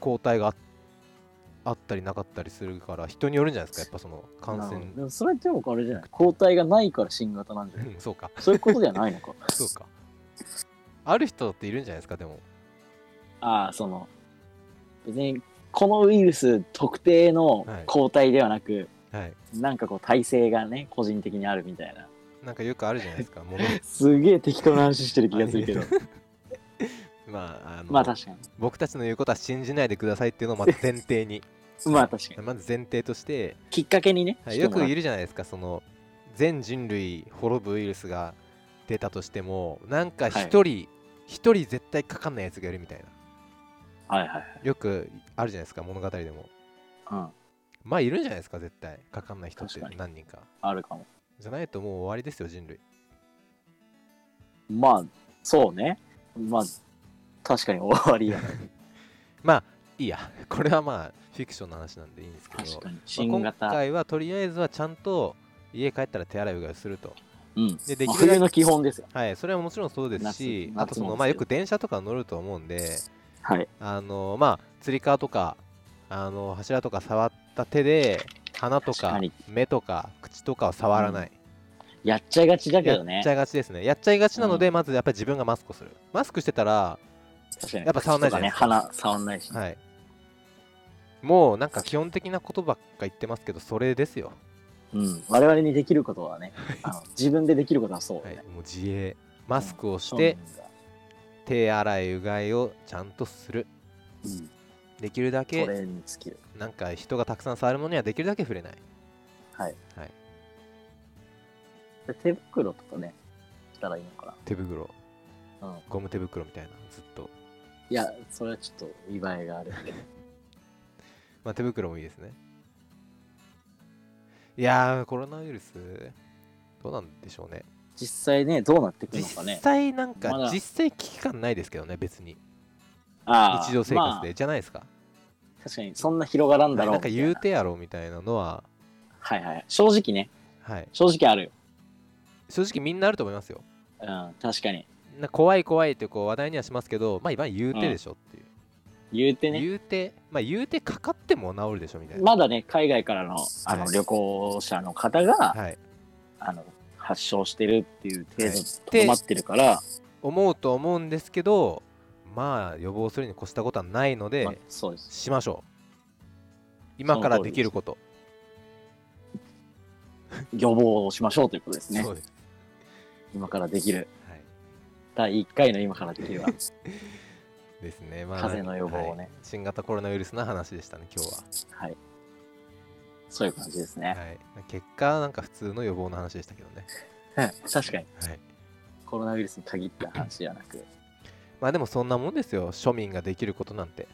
Speaker 2: 抗体がああったりなかったりするから人によるんじゃないですかやっぱその感
Speaker 1: なる
Speaker 2: 染
Speaker 1: ほどでもそれでもあれじゃない抗体がないから新型なん じゃない
Speaker 2: うんそうか
Speaker 1: そういうことじゃないのか
Speaker 2: そうかある人っているんじゃないですかでも
Speaker 1: ああその別にこのウイルス特定の
Speaker 2: はい
Speaker 1: 抗体ではなく、
Speaker 2: はい
Speaker 1: なんかこう耐性がね個人的にあるみたいな
Speaker 2: なんかよくあるじゃないです かもの
Speaker 1: すげえ適当な話してる気がするけ ど
Speaker 2: まああの、
Speaker 1: まあ確かに
Speaker 2: 僕たちの言うことは信じないでくださいっていうのをまず前提に
Speaker 1: まあ確かに
Speaker 2: まず前提として
Speaker 1: きっかけにね、
Speaker 2: はい、よくい
Speaker 1: る
Speaker 2: るじゃないですかその全人類滅ぶウイルスが出たとしてもなんか一人一、人絶対かかんないやつがいるみたいな
Speaker 1: はいはいはい、
Speaker 2: よくあるじゃないですか物語でも
Speaker 1: うん、
Speaker 2: まあいるんじゃないですか絶対かかんない人って
Speaker 1: 確かに
Speaker 2: 何人か
Speaker 1: あるかも
Speaker 2: じゃないともう終わりですよ人類
Speaker 1: まあそうねまあ確かに終わりやね
Speaker 2: まあいいや これはまあフィクションの話なんでいいんですけど
Speaker 1: 確かに
Speaker 2: まあ
Speaker 1: 新型、
Speaker 2: 今回はとりあえずはちゃんと家帰ったら手洗いうがいをすると
Speaker 1: うん
Speaker 2: でできるだ
Speaker 1: まあ
Speaker 2: け
Speaker 1: 冬の基本ですよ
Speaker 2: はいそれはもちろんそうですし
Speaker 1: 夏
Speaker 2: あとそ
Speaker 1: 夏も
Speaker 2: の
Speaker 1: です
Speaker 2: まあよ
Speaker 1: けど
Speaker 2: く電車とか乗ると思うんで
Speaker 1: はい
Speaker 2: あのまあつり革とかあの柱とか触った手で鼻と
Speaker 1: 確
Speaker 2: か
Speaker 1: かに
Speaker 2: 目とか口とかを触らない、
Speaker 1: やっちゃいがちだけ
Speaker 2: や
Speaker 1: ど
Speaker 2: っ
Speaker 1: ね
Speaker 2: ちゃいがちですねやっちゃいがちなので、
Speaker 1: う
Speaker 2: まずやっぱり自分がマスクをするマスクしてたら、
Speaker 1: 確かに
Speaker 2: やっぱ触んないじゃない
Speaker 1: 口とかね鼻触んないし、
Speaker 2: はい、もうなんか基本的なことばっか言ってますけどそれですよ、
Speaker 1: うん、我々にできることはねあの自分でできることはそう、
Speaker 2: は
Speaker 1: ね
Speaker 2: い、もう自衛マスクをして、手洗いうがいをちゃんとする
Speaker 1: うんうん、
Speaker 2: できるだ
Speaker 1: そ
Speaker 2: け
Speaker 1: れに尽きる
Speaker 2: なんか人がたくさん触るものにはできるだけ触れない
Speaker 1: はい、
Speaker 2: はい、
Speaker 1: で手袋とかねしたらいいのか
Speaker 2: 手袋
Speaker 1: な、うん、
Speaker 2: ゴム手袋みたいなずっと、
Speaker 1: いやそれはちょっと見栄えがあるけど
Speaker 2: まあ、手袋もいいですねいやーコロナウイルスどうなんでしょうね
Speaker 1: 実際ねどうなってくる
Speaker 2: 実
Speaker 1: のかね
Speaker 2: 際なんか、
Speaker 1: まだ
Speaker 2: 実際危機感ないですけどね別に
Speaker 1: あー
Speaker 2: 日常生活で、
Speaker 1: まあ
Speaker 2: じゃないですか
Speaker 1: 確かにそんな広がらんだろう
Speaker 2: なんか言う
Speaker 1: みたい
Speaker 2: てやろうみたいなのは
Speaker 1: なはいはい正直ね
Speaker 2: はい
Speaker 1: 正直あるよ
Speaker 2: 正直みんなあると思いますよ
Speaker 1: うん確かに
Speaker 2: な怖い怖いってこう話題にはしますけどまあ今言うてでしょっていう、
Speaker 1: 言うてね
Speaker 2: 言うてまあ言うてかかっても治るでしょみたいな、
Speaker 1: まだね海外からのあの
Speaker 2: はい
Speaker 1: 旅行者の方が、
Speaker 2: はい
Speaker 1: あの発症してるっていう程度
Speaker 2: はい
Speaker 1: にとどまってるから、
Speaker 2: 思うと思うんですけどまあ予防するに越したことはないので、
Speaker 1: まあそうです
Speaker 2: しましょう今からできること
Speaker 1: 予防をしましょうということですね
Speaker 2: そうです、
Speaker 1: 今からできる
Speaker 2: はい、
Speaker 1: 第1回の今からできるは
Speaker 2: ですね、 まあ、
Speaker 1: 風邪の予防をね
Speaker 2: はい新型コロナウイルスの話でしたね今日は、
Speaker 1: はいそういう感じですね、
Speaker 2: はい、結果なんか普通の予防の話でしたけどね、
Speaker 1: 確かに
Speaker 2: はい、
Speaker 1: コロナウイルスに限った話じゃなく
Speaker 2: まあでもそんなもんですよ庶民ができることなんて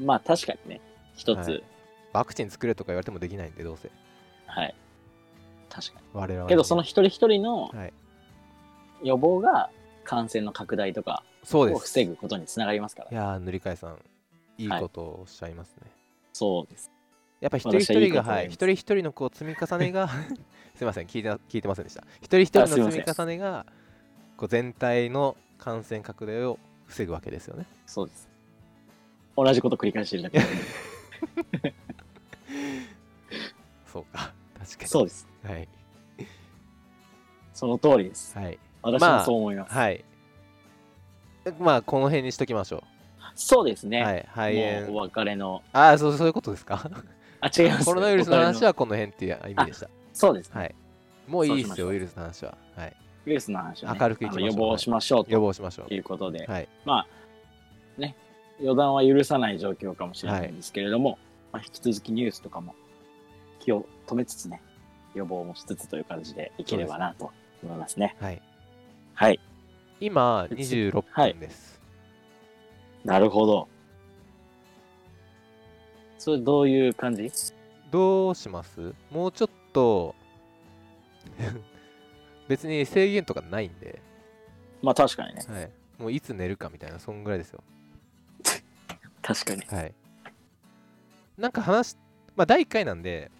Speaker 1: まあ確かにね一つ
Speaker 2: は
Speaker 1: はいい、
Speaker 2: ワクチン作れとか言われてもできないんでどうせ
Speaker 1: 確かに
Speaker 2: 我々はね
Speaker 1: けどその一人一人の
Speaker 2: はい
Speaker 1: 予防が感染の拡大とか
Speaker 2: そ
Speaker 1: を
Speaker 2: うです
Speaker 1: 防ぐことにつながりますから
Speaker 2: いやー塗り替えさんいいことをおっしゃいますね、
Speaker 1: そうです
Speaker 2: やっぱ一人一人が
Speaker 1: 私は
Speaker 2: はい
Speaker 1: い
Speaker 2: 一
Speaker 1: いこと
Speaker 2: 人一人のこう積み重 ねがすいません聞いてな聞いてませんでした一人一人の
Speaker 1: あすいませ
Speaker 2: 積
Speaker 1: ん
Speaker 2: み重ねがこう全体の感染拡大を防ぐわけですよね
Speaker 1: そうです同じこと繰り返してるだ け
Speaker 2: そうか確かに
Speaker 1: そうです
Speaker 2: はい
Speaker 1: その通りです
Speaker 2: はい
Speaker 1: 私
Speaker 2: ま
Speaker 1: も
Speaker 2: あ
Speaker 1: そう思います、
Speaker 2: はいまあこの辺にしときましょ
Speaker 1: そうです
Speaker 2: う、は
Speaker 1: ね、
Speaker 2: い肺
Speaker 1: もうお
Speaker 2: 炎
Speaker 1: 別れの
Speaker 2: ああそうそういうことですか
Speaker 1: あ 違います
Speaker 2: コロナウイルスの話
Speaker 1: は
Speaker 2: はこの辺っていう意味でした
Speaker 1: そうです
Speaker 2: はいもういい
Speaker 1: そう
Speaker 2: で
Speaker 1: しますしょ
Speaker 2: よ
Speaker 1: う
Speaker 2: ウイルスの話ははい
Speaker 1: ウイルスの話は、ね、
Speaker 2: 明るくいきましょう
Speaker 1: あの予防しましょう
Speaker 2: 予
Speaker 1: と
Speaker 2: 防しましょ
Speaker 1: いうことで、
Speaker 2: うはい
Speaker 1: まあね予断は許さない状況かもしれないんですけれども、まあ、引き続きニュースとかも気を止めつつね予防もしつつという感じでいければなと思いますね
Speaker 2: はい
Speaker 1: はい
Speaker 2: 今
Speaker 1: 別
Speaker 2: 26
Speaker 1: はい
Speaker 2: 分です、
Speaker 1: なるほどそれどういう感じ
Speaker 2: どうしますもうちょっと 別に制限とかないんで、
Speaker 1: まあ確かにね
Speaker 2: はい、もういつ寝るかみたいなそんぐらいですよ
Speaker 1: 確かに
Speaker 2: はいなんか話まあ第1回なんで、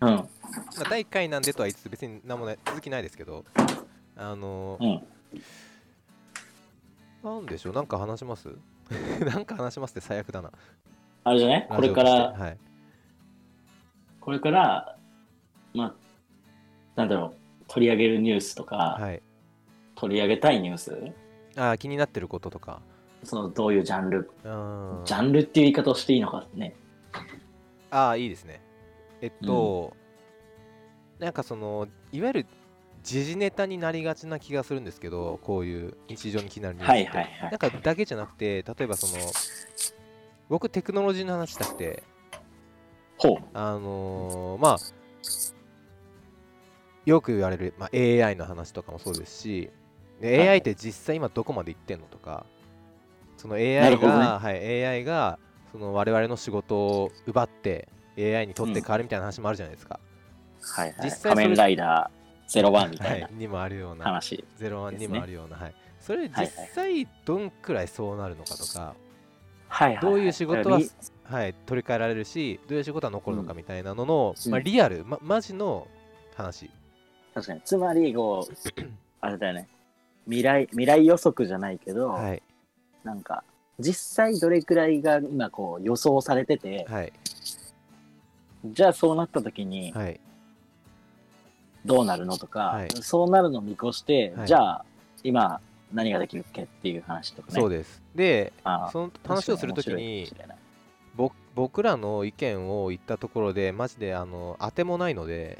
Speaker 1: うん
Speaker 2: まあ、第1回なんでとは言いつつ別に何もない続きないですけどあの
Speaker 1: う
Speaker 2: ー
Speaker 1: ん
Speaker 2: なんでしょうなんか話します なんか話しますって最悪だな
Speaker 1: あれじゃねこれか
Speaker 2: ラジオ
Speaker 1: ら
Speaker 2: としてはい
Speaker 1: これからまあなんだろう取り上げるニュースとか、
Speaker 2: はい
Speaker 1: 取り上げたいニュース
Speaker 2: あー気になってることとか
Speaker 1: そのどういうジャンル
Speaker 2: うん
Speaker 1: ジャンルっていう言い方をしていいのかね
Speaker 2: ああいいですねえっと、なんかそのいわゆる時事ネタになりがちな気がするんですけどこういう日常に気になるニュース
Speaker 1: はい
Speaker 2: って
Speaker 1: はいはい
Speaker 2: なんかだけじゃなくて例えばその僕テクノロジーの話したくて
Speaker 1: ほう
Speaker 2: あのーまあよく言われる、まあ、AI の話とかもそうですしで
Speaker 1: はい
Speaker 2: AI って実際今どこまで行ってんのとかその
Speaker 1: な
Speaker 2: AI
Speaker 1: るほどね
Speaker 2: が、はい、AI がその我々の仕事を奪って AI に取って代わるみたいな話もあるじゃないですか、
Speaker 1: はいは
Speaker 2: 実
Speaker 1: い、
Speaker 2: 際それ
Speaker 1: 仮面ライダー01みたい
Speaker 2: は、
Speaker 1: ない
Speaker 2: にもあるような
Speaker 1: 話、
Speaker 2: 01
Speaker 1: で
Speaker 2: に
Speaker 1: すね
Speaker 2: もあるような、はい、それ
Speaker 1: はい
Speaker 2: 実際どんくらいそうなるのかとか、
Speaker 1: はいはい
Speaker 2: どういう仕事は
Speaker 1: だから
Speaker 2: はい、取り替えられるしどういう仕事は残るのかみたいなのの、
Speaker 1: うん
Speaker 2: まあ、リアル、ま、マジの話
Speaker 1: 確かにつまりこう あれだよね未来未来予測じゃないけど、
Speaker 2: はい
Speaker 1: なんか実際どれくらいが今こう予想されてて、
Speaker 2: はい
Speaker 1: じゃあそうなった時に
Speaker 2: はい
Speaker 1: どうなるのとか、
Speaker 2: はい
Speaker 1: そうなるのを見越して、
Speaker 2: はい
Speaker 1: じゃあ今何ができるっけっていう話とかね
Speaker 2: そうです。で、
Speaker 1: ああ
Speaker 2: その話をするとき
Speaker 1: 確
Speaker 2: に
Speaker 1: か面白いかもしれない
Speaker 2: ぼ僕らの意見を言ったところで、マジであの当てもないので、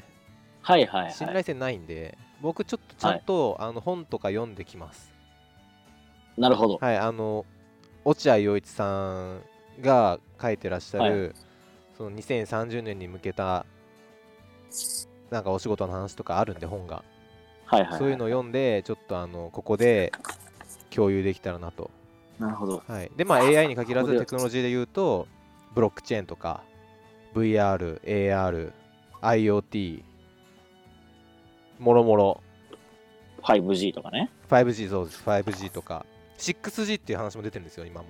Speaker 1: はいはい
Speaker 2: 信
Speaker 1: は
Speaker 2: 頼性ないんで、僕ちょっとちゃんと、あの本とか読んできます。
Speaker 1: いなるほど、
Speaker 2: はい、あの落合陽一さんが書いてらっしゃる、その2030年に向けたなんかお仕事の話とかあるんで本が、
Speaker 1: はい、はいはい
Speaker 2: そういうのを読んでちょっとあのここで共有できたらなと
Speaker 1: なるほど
Speaker 2: はい、で、まあ、AI に限ら
Speaker 1: こ
Speaker 2: ず
Speaker 1: こで
Speaker 2: テクノロジーで言うと、ブロックチェーンとか、VR、AR、IoT、もろもろ、
Speaker 1: 5G とかね
Speaker 2: 5G そうです、5G とか、6G っていう話も出てるんですよ、今も。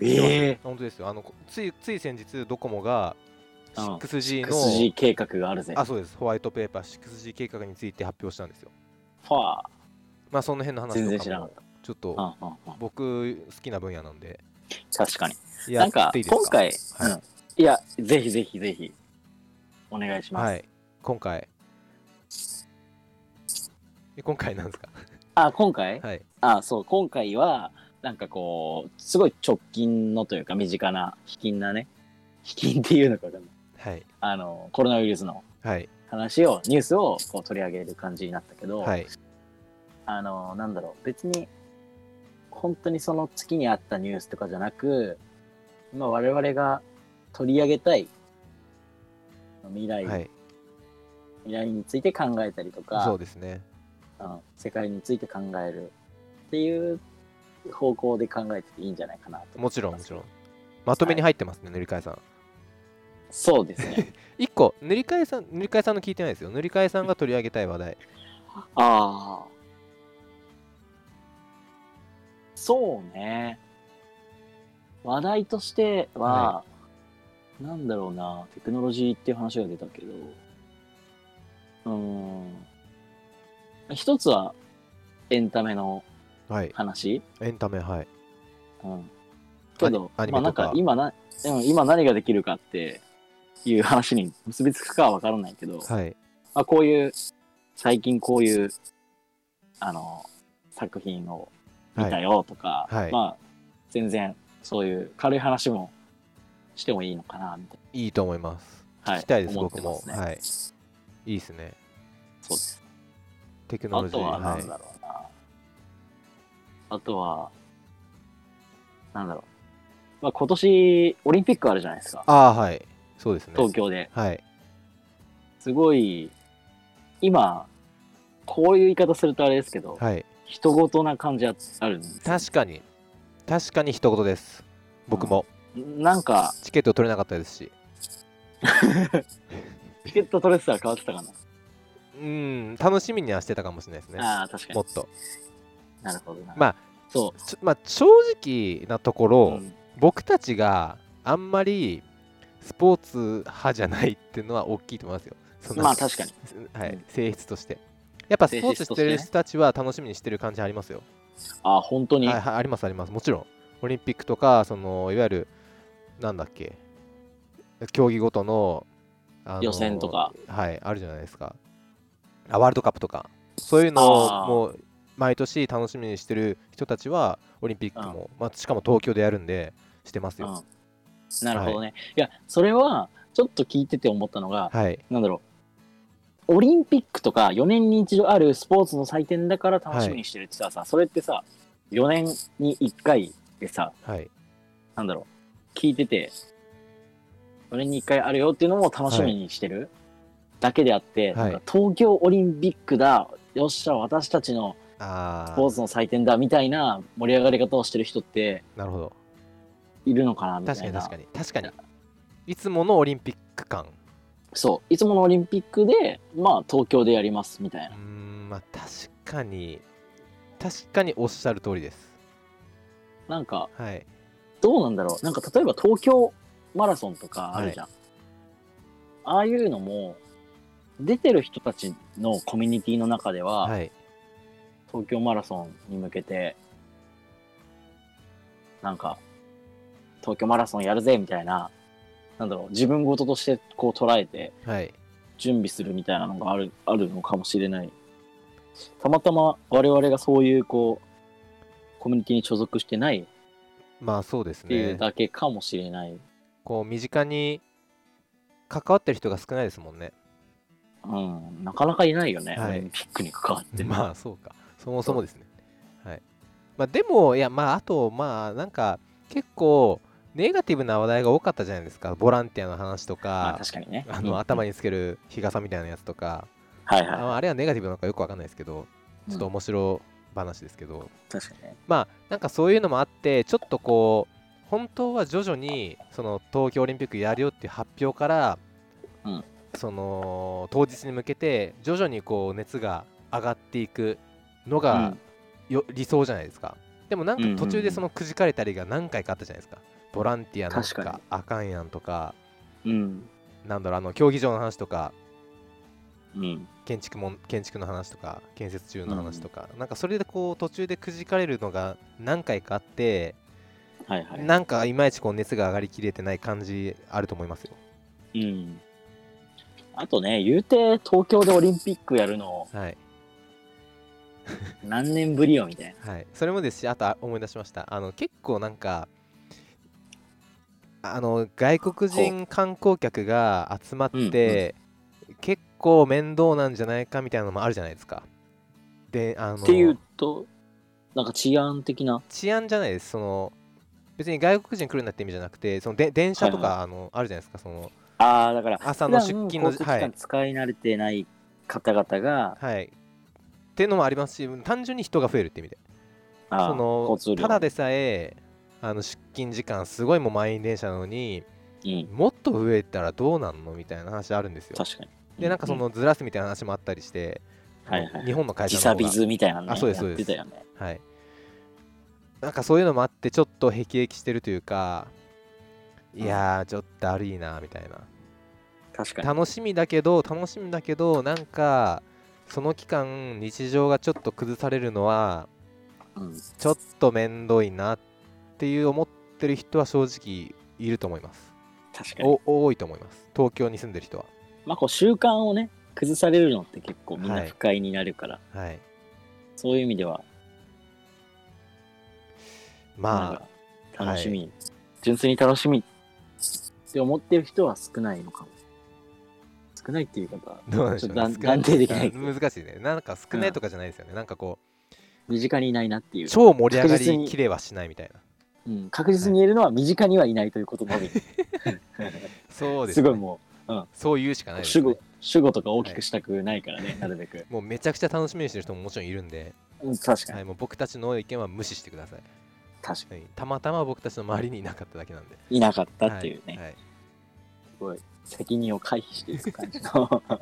Speaker 1: ええ
Speaker 2: 本当ですよあのこつい。つい先日、ドコモが
Speaker 1: うん
Speaker 2: 6G の、
Speaker 1: 6G 計画があるぜ
Speaker 2: あそうですホワイトペーパー 6G 計画について発表したんですよ。
Speaker 1: はあ
Speaker 2: まあ、その辺の話とかも
Speaker 1: 全然知らなかっ
Speaker 2: ちょっと、
Speaker 1: た、うんうんうん、
Speaker 2: 僕、好きな分野なんで、
Speaker 1: 確かに
Speaker 2: や
Speaker 1: なんか
Speaker 2: っていいですか
Speaker 1: 今回
Speaker 2: はい
Speaker 1: うんいやぜひぜひぜひお願いします、
Speaker 2: はい、今回。え今回なんですか
Speaker 1: あ今回
Speaker 2: はい。
Speaker 1: あそう今回はなんかこうすごい直近のというか身近な卑近なね卑近っていうのかわかんない
Speaker 2: はい。
Speaker 1: あのコロナウイルスの
Speaker 2: はい。
Speaker 1: 話をニュースをこう取り上げる感じになったけど、
Speaker 2: はい。
Speaker 1: あのなんだろう別に本当にその月にあったニュースとかじゃなく、まあ、我々が取り上げたい未来、
Speaker 2: はい。
Speaker 1: 未来について考えたりとか
Speaker 2: そうですね。
Speaker 1: うん世界について考えるっていう方向で考えてていいんじゃないかなと
Speaker 2: もちろん、もちろん。まとめに入ってますね、塗り替えさん。
Speaker 1: そうですね
Speaker 2: 一個、塗り替えさん、塗り替えさんの聞いてないですよ。塗り替えさんが取り上げたい話題。
Speaker 1: ああそうね。話題としては、なんだろうな、テクノロジーっていう話が出たけど、うーん。一つは、エンタメの
Speaker 2: はい
Speaker 1: 話。
Speaker 2: エンタメはい
Speaker 1: うん。けど、
Speaker 2: アニ
Speaker 1: まあな
Speaker 2: アニメ
Speaker 1: ん
Speaker 2: とか
Speaker 1: か今な、うん今何ができるかっていう話に結びつくかはわからないけど、
Speaker 2: はい
Speaker 1: まあ、こういう、最近こういう、あの、作品を見
Speaker 2: は
Speaker 1: た
Speaker 2: い
Speaker 1: よとか、
Speaker 2: はい
Speaker 1: まあ、全然そういう軽い話もしてもいいのかな、みたい
Speaker 2: いいと思います
Speaker 1: な。は
Speaker 2: 聞きたいです
Speaker 1: 思って
Speaker 2: 僕も
Speaker 1: ますね
Speaker 2: はいいいですね
Speaker 1: そうです。
Speaker 2: テクノ
Speaker 1: あ
Speaker 2: ロジ
Speaker 1: と
Speaker 2: ー
Speaker 1: は
Speaker 2: は
Speaker 1: ないんだろうな。あとは、なんだろう。まあ、今年、オリンピックあるじゃないですか。
Speaker 2: ああーはいそうですね
Speaker 1: 東京で。
Speaker 2: はい
Speaker 1: すごい、今、こういう言い方するとあれですけど、
Speaker 2: はい
Speaker 1: 人事な感じああるんですよ
Speaker 2: 確かに確かに一言です僕も
Speaker 1: なんか、
Speaker 2: チケット取れなかったですし
Speaker 1: チケット取れてたら変わってたかな。
Speaker 2: うん楽しみにはしてたかもしれないですね
Speaker 1: ああ、確か
Speaker 2: も
Speaker 1: に
Speaker 2: っ。と
Speaker 1: なるほどな。
Speaker 2: まあ、
Speaker 1: そ
Speaker 2: ちょまあ正直なところ、
Speaker 1: う。うん
Speaker 2: 僕たちがあんまりスポーツ派じゃないっていうのは大きいと思いますよ。その
Speaker 1: まあ、確かに。
Speaker 2: は
Speaker 1: う
Speaker 2: い
Speaker 1: ん、
Speaker 2: 性質として。やっぱスポー
Speaker 1: 性
Speaker 2: ツ
Speaker 1: 質として
Speaker 2: して
Speaker 1: ね
Speaker 2: る人たちは楽しみにしてる感じありますよ。
Speaker 1: ああ、本当に。
Speaker 2: はいはい、ありますあります。もちろん。オリンピックとか、そのいわゆる、なんだっけ、競技ごとの、あの
Speaker 1: 予選とか。
Speaker 2: はい、あるじゃないですか。あワールドカップとか。そういうの
Speaker 1: あ
Speaker 2: を
Speaker 1: ー
Speaker 2: もう毎年楽しみにしてる人たちは、オリンピックも、まあ、しかも東京でやるんで、してますよ。
Speaker 1: うん、なるほどね、い、やそれはちょっと聞いてて思ったのが、
Speaker 2: はい。
Speaker 1: なんだろうオリンピックとか4年に一度あるスポーツの祭典だから楽しみにしてるってさ、さそれってさ4年に1回でさ
Speaker 2: はい、
Speaker 1: なんだろう聞いてて4年に1回あるよっていうのも楽しみにしてる、だけであって、
Speaker 2: はい
Speaker 1: なんか東京オリンピックだよっしゃ私たちの
Speaker 2: あ
Speaker 1: スポー
Speaker 2: あ、
Speaker 1: ツの祭典だみたいな盛り上がり方をしてる人って
Speaker 2: なるほど。
Speaker 1: いるのかなみたい
Speaker 2: 確
Speaker 1: な
Speaker 2: かに確かに。確かに。いつものオリンピック感。
Speaker 1: そう、いつものオリンピックで、まあ、東京でやりますみたいう
Speaker 2: ー
Speaker 1: な。
Speaker 2: ん、まあ確かに、確かにおっしゃる通りです。
Speaker 1: なんか、
Speaker 2: はい。
Speaker 1: どうなんだろう。なんか、例えば東京マラソンとかあるじゃん。ああいうのも、出てる人たちのコミュニティの中では、
Speaker 2: はい。
Speaker 1: 東京マラソンに向けて、なんか、東京マラソンやるぜみたいな、なんだろう、自分事としてこう捉えて、
Speaker 2: はい。
Speaker 1: 準備するみたいなのがあるあるのかもしれない。たまたま我々がそういうこう、コミュニティに所属してないっ
Speaker 2: まあそうです
Speaker 1: ていう
Speaker 2: ね。
Speaker 1: だけかもしれない。
Speaker 2: こう、身近に関わってる人が少ないですもんね。
Speaker 1: うん、なかなかいないよね、
Speaker 2: はい
Speaker 1: オリンピックに関わって。
Speaker 2: まあそうか。そもそもですね。はい。まあでも、いや、まああと、まあなんか、結構、ネガティブな話題が多かったじゃないですか。ボランティアの話と
Speaker 1: まあ
Speaker 2: か、
Speaker 1: 確かにね。
Speaker 2: あ
Speaker 1: うん
Speaker 2: の頭につける日傘みたいなやつとか。
Speaker 1: はいはい
Speaker 2: あ
Speaker 1: は
Speaker 2: あれはネガティブなのかよくわかんないですけど、
Speaker 1: い。
Speaker 2: ちょっと
Speaker 1: うん
Speaker 2: 面白話ですけど、
Speaker 1: 確かにね。
Speaker 2: まあなんかそういうのもあって、ちょっとこう、本当は徐々にその東京オリンピックやるよっていう発表から、
Speaker 1: うん
Speaker 2: その当日に向けて、徐々にこう熱が上がっていくのがよ、理想じゃないですか。でもなんか途中でそのくじかれたりが何回かあったじゃないですか。ボランティアなん
Speaker 1: 確か
Speaker 2: かあかんやんとか、
Speaker 1: うん。
Speaker 2: なんだろう、あの競技場の話とか、
Speaker 1: うん。うん
Speaker 2: 建築もん建築の話とか建設中の話とか、なんかそれでこう途中でくじかれるのが何回かあって、
Speaker 1: はいはい。
Speaker 2: なんかいまいちこう熱が上がりきれてない感じあると思いますよ
Speaker 1: うん。あとね、言うて東京でオリンピックやるの
Speaker 2: はい、
Speaker 1: 何年ぶりよみたいな。
Speaker 2: はい、それもですしあとあ思い出しましたあの結構なんかあの外国人観光客が集まって、結構面倒なんじゃないかみたいなのもあるじゃないですかであの
Speaker 1: っていうと、なんか治安的な。
Speaker 2: 治安じゃないですその別に外国人来るなって意味じゃなくてそので電車とか、
Speaker 1: は
Speaker 2: あのあるじゃないですかその
Speaker 1: ああ、だから、
Speaker 2: 朝の出勤の
Speaker 1: 普段交通機
Speaker 2: は
Speaker 1: 関
Speaker 2: い、
Speaker 1: 使い慣れてない方々が、
Speaker 2: はい、っていうのもありますし単純に人が増えるって意味で
Speaker 1: あー
Speaker 2: その
Speaker 1: 交通量
Speaker 2: ただでさえあの出勤時間すごいもう満員電車なのに
Speaker 1: うん、
Speaker 2: もっと増えたらどうなんのみたいな話あるんですよ
Speaker 1: 確かに。
Speaker 2: でなんかそのずらすみたいな話もあったりして、
Speaker 1: はいはい
Speaker 2: 日本の
Speaker 1: うん、
Speaker 2: 会
Speaker 1: 時
Speaker 2: 社
Speaker 1: 差
Speaker 2: の方
Speaker 1: ビ
Speaker 2: が
Speaker 1: ズみたいなのね、
Speaker 2: あそうです
Speaker 1: やってたよね。
Speaker 2: はい、なんかそういうのもあってちょっとへきしてるというかいやーちょっとだるいなみたいな
Speaker 1: 確かに。
Speaker 2: 楽しみだけど楽しみだけどなんかその期間日常がちょっと崩されるのは
Speaker 1: うん。
Speaker 2: ちょっとめんどいなっていう思ってる人は正直いると思います
Speaker 1: 確かに。
Speaker 2: お多いと思います東京に住んでる人は
Speaker 1: まあ、こう、習慣をね、崩されるのって結構みん
Speaker 2: は
Speaker 1: ない不快になるから、
Speaker 2: はい
Speaker 1: そういう意味では、なん
Speaker 2: ま
Speaker 1: か楽しみ、純粋に楽しみって思ってる人は少ないのかも。少ないっていうか、
Speaker 2: あどうなんでしょう、ね、
Speaker 1: ちょっと
Speaker 2: 少
Speaker 1: 断定できない
Speaker 2: 難しいねなんか少ないとかじゃないですよね、なんかこ
Speaker 1: 身近にいないなっていうう。
Speaker 2: 超盛り上が
Speaker 1: 確実
Speaker 2: り
Speaker 1: に
Speaker 2: きれはしないみ たいな
Speaker 1: うん、確実に言えるのは身近にはいないということのみ。
Speaker 2: そうです
Speaker 1: す
Speaker 2: ね、
Speaker 1: ごいも
Speaker 2: そう言うしかな
Speaker 1: う、
Speaker 2: いです、
Speaker 1: 主
Speaker 2: ね
Speaker 1: 語、、主語とか大きくしたくないからね、なるべく。
Speaker 2: もうめちゃくちゃ楽しみにしてる人ももちろんいるんで、
Speaker 1: うん、確か
Speaker 2: はい、
Speaker 1: に。
Speaker 2: もう僕たちの意見は無視してください、
Speaker 1: 確か
Speaker 2: はい、たまたま僕たちの周りにいなかっただけなんで
Speaker 1: に。いなかったっていうね。
Speaker 2: はいはい
Speaker 1: すごい責任を回避していく感じの。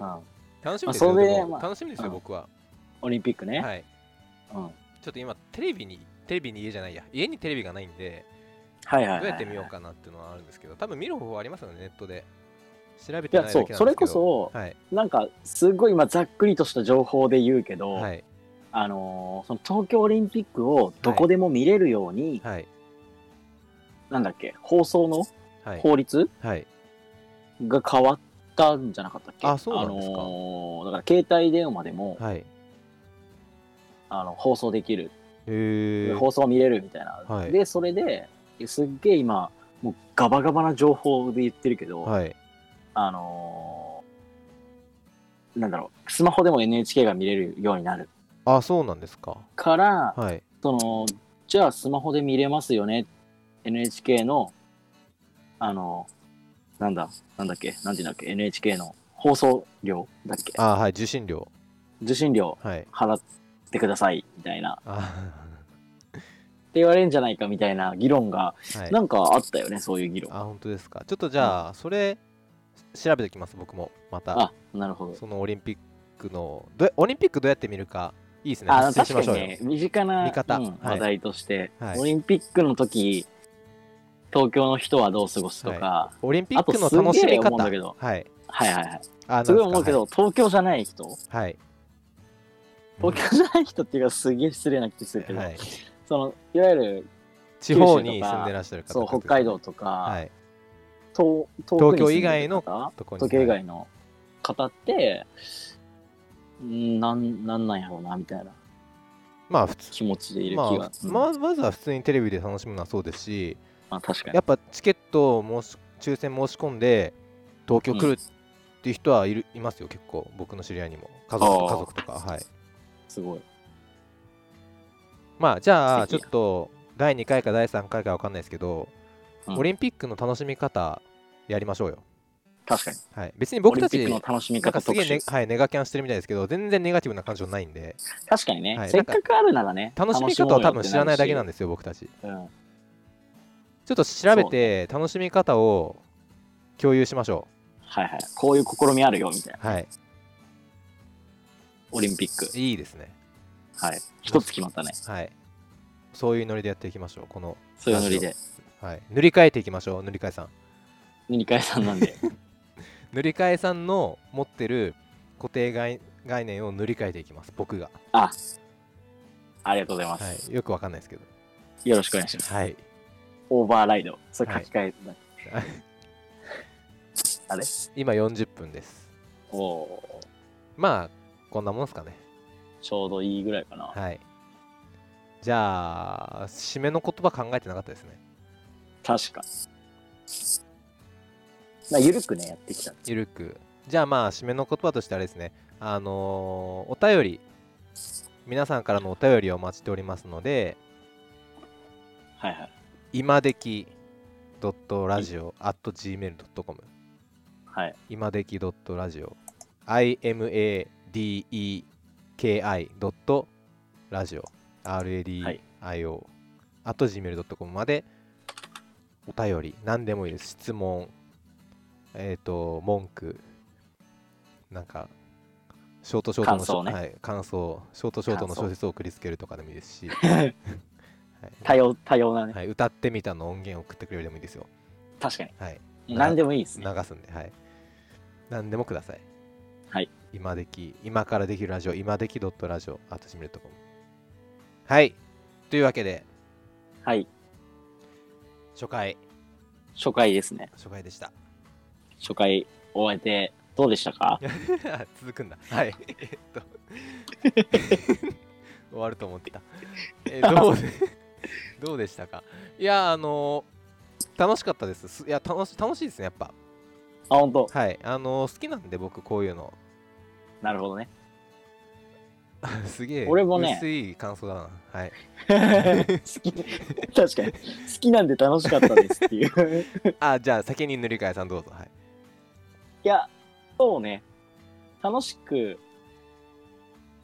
Speaker 1: うん、
Speaker 2: 楽しみですよ、
Speaker 1: まあそれで
Speaker 2: でも
Speaker 1: まあ
Speaker 2: 楽しみですよ、
Speaker 1: うん
Speaker 2: 僕は、
Speaker 1: オリンピックね、
Speaker 2: はい、
Speaker 1: うん。は
Speaker 2: ちょっと今テレビにテレビに家じゃないや家にテレビがないんで
Speaker 1: いはいは
Speaker 2: ど
Speaker 1: い。
Speaker 2: うやって見ようかなっていうのはあるんですけど多分見る方法ありますよねネットで調べ
Speaker 1: い
Speaker 2: てな
Speaker 1: や、
Speaker 2: いだけな
Speaker 1: そ
Speaker 2: ん
Speaker 1: う
Speaker 2: で、すけど
Speaker 1: それこそ、
Speaker 2: はい
Speaker 1: なんか、すごい今、ざっくりとした情報で言うけど、
Speaker 2: はい
Speaker 1: あのーその東京オリンピックをどこでも見れるように、
Speaker 2: はい
Speaker 1: なんだっけ、放送の
Speaker 2: はい
Speaker 1: 法律
Speaker 2: はい
Speaker 1: が変わったんじゃなかったっけ
Speaker 2: あそうなんですか
Speaker 1: あのーだから、携帯電話でも、
Speaker 2: はい
Speaker 1: あの放送できる、
Speaker 2: へえ
Speaker 1: 放送見れるみたいな。
Speaker 2: はい
Speaker 1: で、それで、すっげえ今、もうガバガバな情報で言ってるけど、
Speaker 2: はい
Speaker 1: あのーなんだろう、スマホでも NHK が見れるようになる
Speaker 2: あそうなんですか
Speaker 1: から、
Speaker 2: はい
Speaker 1: その、じゃあスマホで見れますよね、NHK の、あのーなんだ、なんだっけ、なんていうんだっけ、NHK の放送料だっけ、
Speaker 2: あはい受信料
Speaker 1: 受信料
Speaker 2: はい
Speaker 1: 払ってください、みたいな、っ
Speaker 2: あ
Speaker 1: て言われるんじゃないかみたいな議論が、
Speaker 2: はい
Speaker 1: なんかあったよね、そういう議論。
Speaker 2: あ本当ですかちょっとじゃあ、それ調べてきます僕もまた
Speaker 1: あ、なるほど。
Speaker 2: そのオリンピックのどうオリンピックどうやって見るかいいですね
Speaker 1: あ
Speaker 2: 発信し
Speaker 1: 確か
Speaker 2: ましょ
Speaker 1: に
Speaker 2: う
Speaker 1: ね、
Speaker 2: よ、
Speaker 1: 身近な
Speaker 2: 見方
Speaker 1: うん
Speaker 2: はい
Speaker 1: 話題として、
Speaker 2: はい
Speaker 1: オリンピックの時東京の人はどう過ごすとか、
Speaker 2: オリンピ
Speaker 1: あ
Speaker 2: ッ
Speaker 1: と
Speaker 2: クの
Speaker 1: すげえ
Speaker 2: 楽しみ
Speaker 1: 思うん
Speaker 2: 方
Speaker 1: だけど
Speaker 2: はい
Speaker 1: はい、はいはい
Speaker 2: あ
Speaker 1: すごい思うけ
Speaker 2: なん
Speaker 1: ど、東京じゃない人
Speaker 2: すかはい、はいうん
Speaker 1: 東京じゃない人っていうかすげえ失礼な気するけど、
Speaker 2: はい、
Speaker 1: そのいわゆる
Speaker 2: 地方に住んでらっしゃる方
Speaker 1: そう北海道とか、
Speaker 2: はい
Speaker 1: 東
Speaker 2: 東京以外の
Speaker 1: 東
Speaker 2: とこに
Speaker 1: 東京以外の方って、うんなんなんなんやろうなみたいな
Speaker 2: まあ普通
Speaker 1: 気持ちでいる気
Speaker 2: まあ
Speaker 1: が、
Speaker 2: ふつ
Speaker 1: うん
Speaker 2: まあまずは普通にテレビで楽しむのはそうですし
Speaker 1: まあ確かに
Speaker 2: やっぱチケットを申し抽選申し込んで東京来るっていう人はいる、いますよ結構僕の知り合いにも家族
Speaker 1: あー
Speaker 2: 家族とかはい
Speaker 1: すごい
Speaker 2: まあじゃあ
Speaker 1: 素
Speaker 2: ちょ
Speaker 1: 敵
Speaker 2: っと第2回か第3回かわかんないですけど、
Speaker 1: うん
Speaker 2: オリンピックの楽しみ方やりましょうよ、
Speaker 1: 確かに
Speaker 2: はい、別に
Speaker 1: オ
Speaker 2: 僕
Speaker 1: リン
Speaker 2: た
Speaker 1: ピッ
Speaker 2: ち
Speaker 1: クの楽しみ
Speaker 2: なんか
Speaker 1: 方
Speaker 2: すげ
Speaker 1: 特
Speaker 2: え、
Speaker 1: 集
Speaker 2: ねはい、ネガキャンしてるみたいですけど全然ネガティブな感情ないんで
Speaker 1: 確かにね、
Speaker 2: はい
Speaker 1: せっかくあるならね
Speaker 2: 楽しみ方を多分知らないだけなん
Speaker 1: で、
Speaker 2: ですよ僕たちち
Speaker 1: うん、
Speaker 2: ょっと調べて楽しみ方を共有しましょ
Speaker 1: はいはいこういう試みあるよみたいな
Speaker 2: うはい
Speaker 1: オリンピック
Speaker 2: いいですね
Speaker 1: はい一つ決まったね
Speaker 2: はいそういうノリでやっていきましょうこの、
Speaker 1: そういうノリで
Speaker 2: はい、塗り替えていきましょう塗り替えさん
Speaker 1: 二階さんなん で
Speaker 2: 塗り替えさんの持ってる固定概概念を塗り替えていきます僕が、
Speaker 1: あありがとうございます、
Speaker 2: はい、よくわかんないですけど
Speaker 1: よろしくお願いします
Speaker 2: はい
Speaker 1: オーバーライドそれ書き換えだ、
Speaker 2: はい
Speaker 1: あれ
Speaker 2: 今40分です
Speaker 1: おおー
Speaker 2: まあこんなもんすかね
Speaker 1: ちょうどいいぐらいかな、
Speaker 2: はいじゃあ締めの言葉考えてなかったですね
Speaker 1: 確かまあゆるくねやってきた
Speaker 2: ゆるくじゃあまあ締めの言葉としてあれですねあのーお便り皆さんからのお便りをお待ちしておりますので
Speaker 1: はいはい
Speaker 2: 今でき .radio.gmail.com
Speaker 1: はい
Speaker 2: 今でき .radio imadeki.radio radio at gmail.com までお便り何でもいいです質問えっ、と文句なんかショートショートの
Speaker 1: 感想ね
Speaker 2: はい、感想ショートショートの
Speaker 1: 感想
Speaker 2: 小説を送りつけるとかでもい いですし、は
Speaker 1: 多様、多様ないね。
Speaker 2: はい、歌ってみたの音源を送ってくれるでもいいですよ
Speaker 1: 確かに。
Speaker 2: はい
Speaker 1: 何でもいいです
Speaker 2: 流
Speaker 1: ね。
Speaker 2: すんではい何でもください
Speaker 1: はい
Speaker 2: 今でき今からできるラジオ今できドットラジオあとしめるとこもはいというわけで
Speaker 1: はい。
Speaker 2: 初回
Speaker 1: 初回ですね。
Speaker 2: 初回でした
Speaker 1: 初回終えて、どうでしたか
Speaker 2: 続くんだはいえっと 終わると思ってたえ どう どうでしたかいやあの楽しかったですすいや楽し楽しいですねやっぱ
Speaker 1: あ、本当。
Speaker 2: はいあの好きなんで僕こういうの
Speaker 1: なるほどね。
Speaker 2: すげえ
Speaker 1: 俺もね
Speaker 2: 薄い感想だなはい
Speaker 1: 好き、確かに。好きなんで楽しかったですって いう。
Speaker 2: あじゃあ先に塗り替えさんどうぞはい
Speaker 1: いや、そうね。楽しく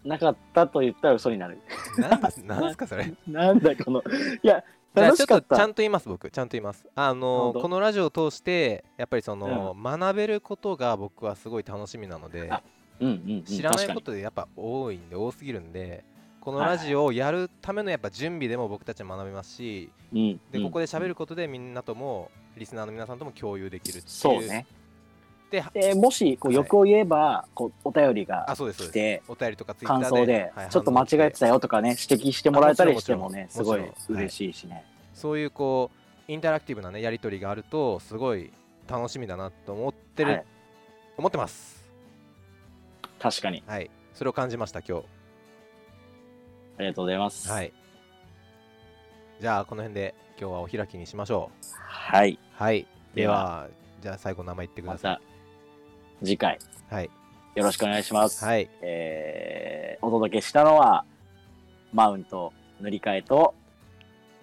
Speaker 1: なかったと言ったら嘘になる。
Speaker 2: なんですなんすかそれ
Speaker 1: なんだこの。いや、
Speaker 2: じゃあ
Speaker 1: 楽
Speaker 2: ち
Speaker 1: し
Speaker 2: ょっ
Speaker 1: か
Speaker 2: と
Speaker 1: っ
Speaker 2: ちゃ
Speaker 1: た
Speaker 2: ん。と言います僕ちゃんと言いますあ
Speaker 1: ほ
Speaker 2: の
Speaker 1: んと
Speaker 2: このラジオを通してやっぱりその、学べることが僕はすごい楽しみなので
Speaker 1: あうんうんうん。
Speaker 2: 知らない
Speaker 1: 確か
Speaker 2: こ
Speaker 1: に。
Speaker 2: とでやっぱ多いんで多すぎるんでこの
Speaker 1: はいはい
Speaker 2: ラジオをやるためのやっぱ準備でも僕たちは学べますし
Speaker 1: うん。
Speaker 2: でここで喋
Speaker 1: る。
Speaker 2: ることでみんなともリスナーの皆さんとも共有できるっていう
Speaker 1: そうね。
Speaker 2: で
Speaker 1: で、もし、こう、欲を言えば、こう、お便りが
Speaker 2: あそうですそ
Speaker 1: 来
Speaker 2: うです
Speaker 1: て、
Speaker 2: お便りとかツイッター
Speaker 1: 感
Speaker 2: で
Speaker 1: 想で
Speaker 2: はい、
Speaker 1: ちょっと間違えてたよとかね、指摘してもらえたりしてもね、
Speaker 2: あも
Speaker 1: す
Speaker 2: ちろ
Speaker 1: ご
Speaker 2: ん
Speaker 1: い
Speaker 2: もちろん
Speaker 1: 嬉しいしね。
Speaker 2: そういうこうインタラクティブなねやり取りがあるとすごい楽しみだなと思ってる、
Speaker 1: はい
Speaker 2: 思ってます
Speaker 1: 確かに。
Speaker 2: はいそれを感じました今
Speaker 1: ありがとうございま
Speaker 2: 日
Speaker 1: す。。
Speaker 2: はいいじゃあこの辺で今日はお開きにしましょう
Speaker 1: はい。
Speaker 2: はいで
Speaker 1: で
Speaker 2: はじゃあ最後名前言ってくだ
Speaker 1: ま
Speaker 2: さ
Speaker 1: た、次回、
Speaker 2: いはい
Speaker 1: よろしくお願いします。
Speaker 2: はい
Speaker 1: えーお届けしたのは、マウント、塗り替えと、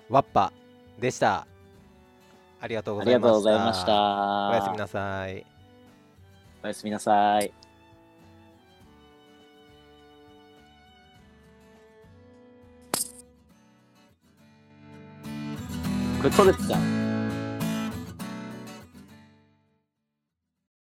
Speaker 2: ワッパでしたありがとうご
Speaker 1: あ
Speaker 2: ざ
Speaker 1: り
Speaker 2: い
Speaker 1: が
Speaker 2: ました
Speaker 1: とうございました。
Speaker 2: おやすみなさい
Speaker 1: おやすみなさい。これ取れてたの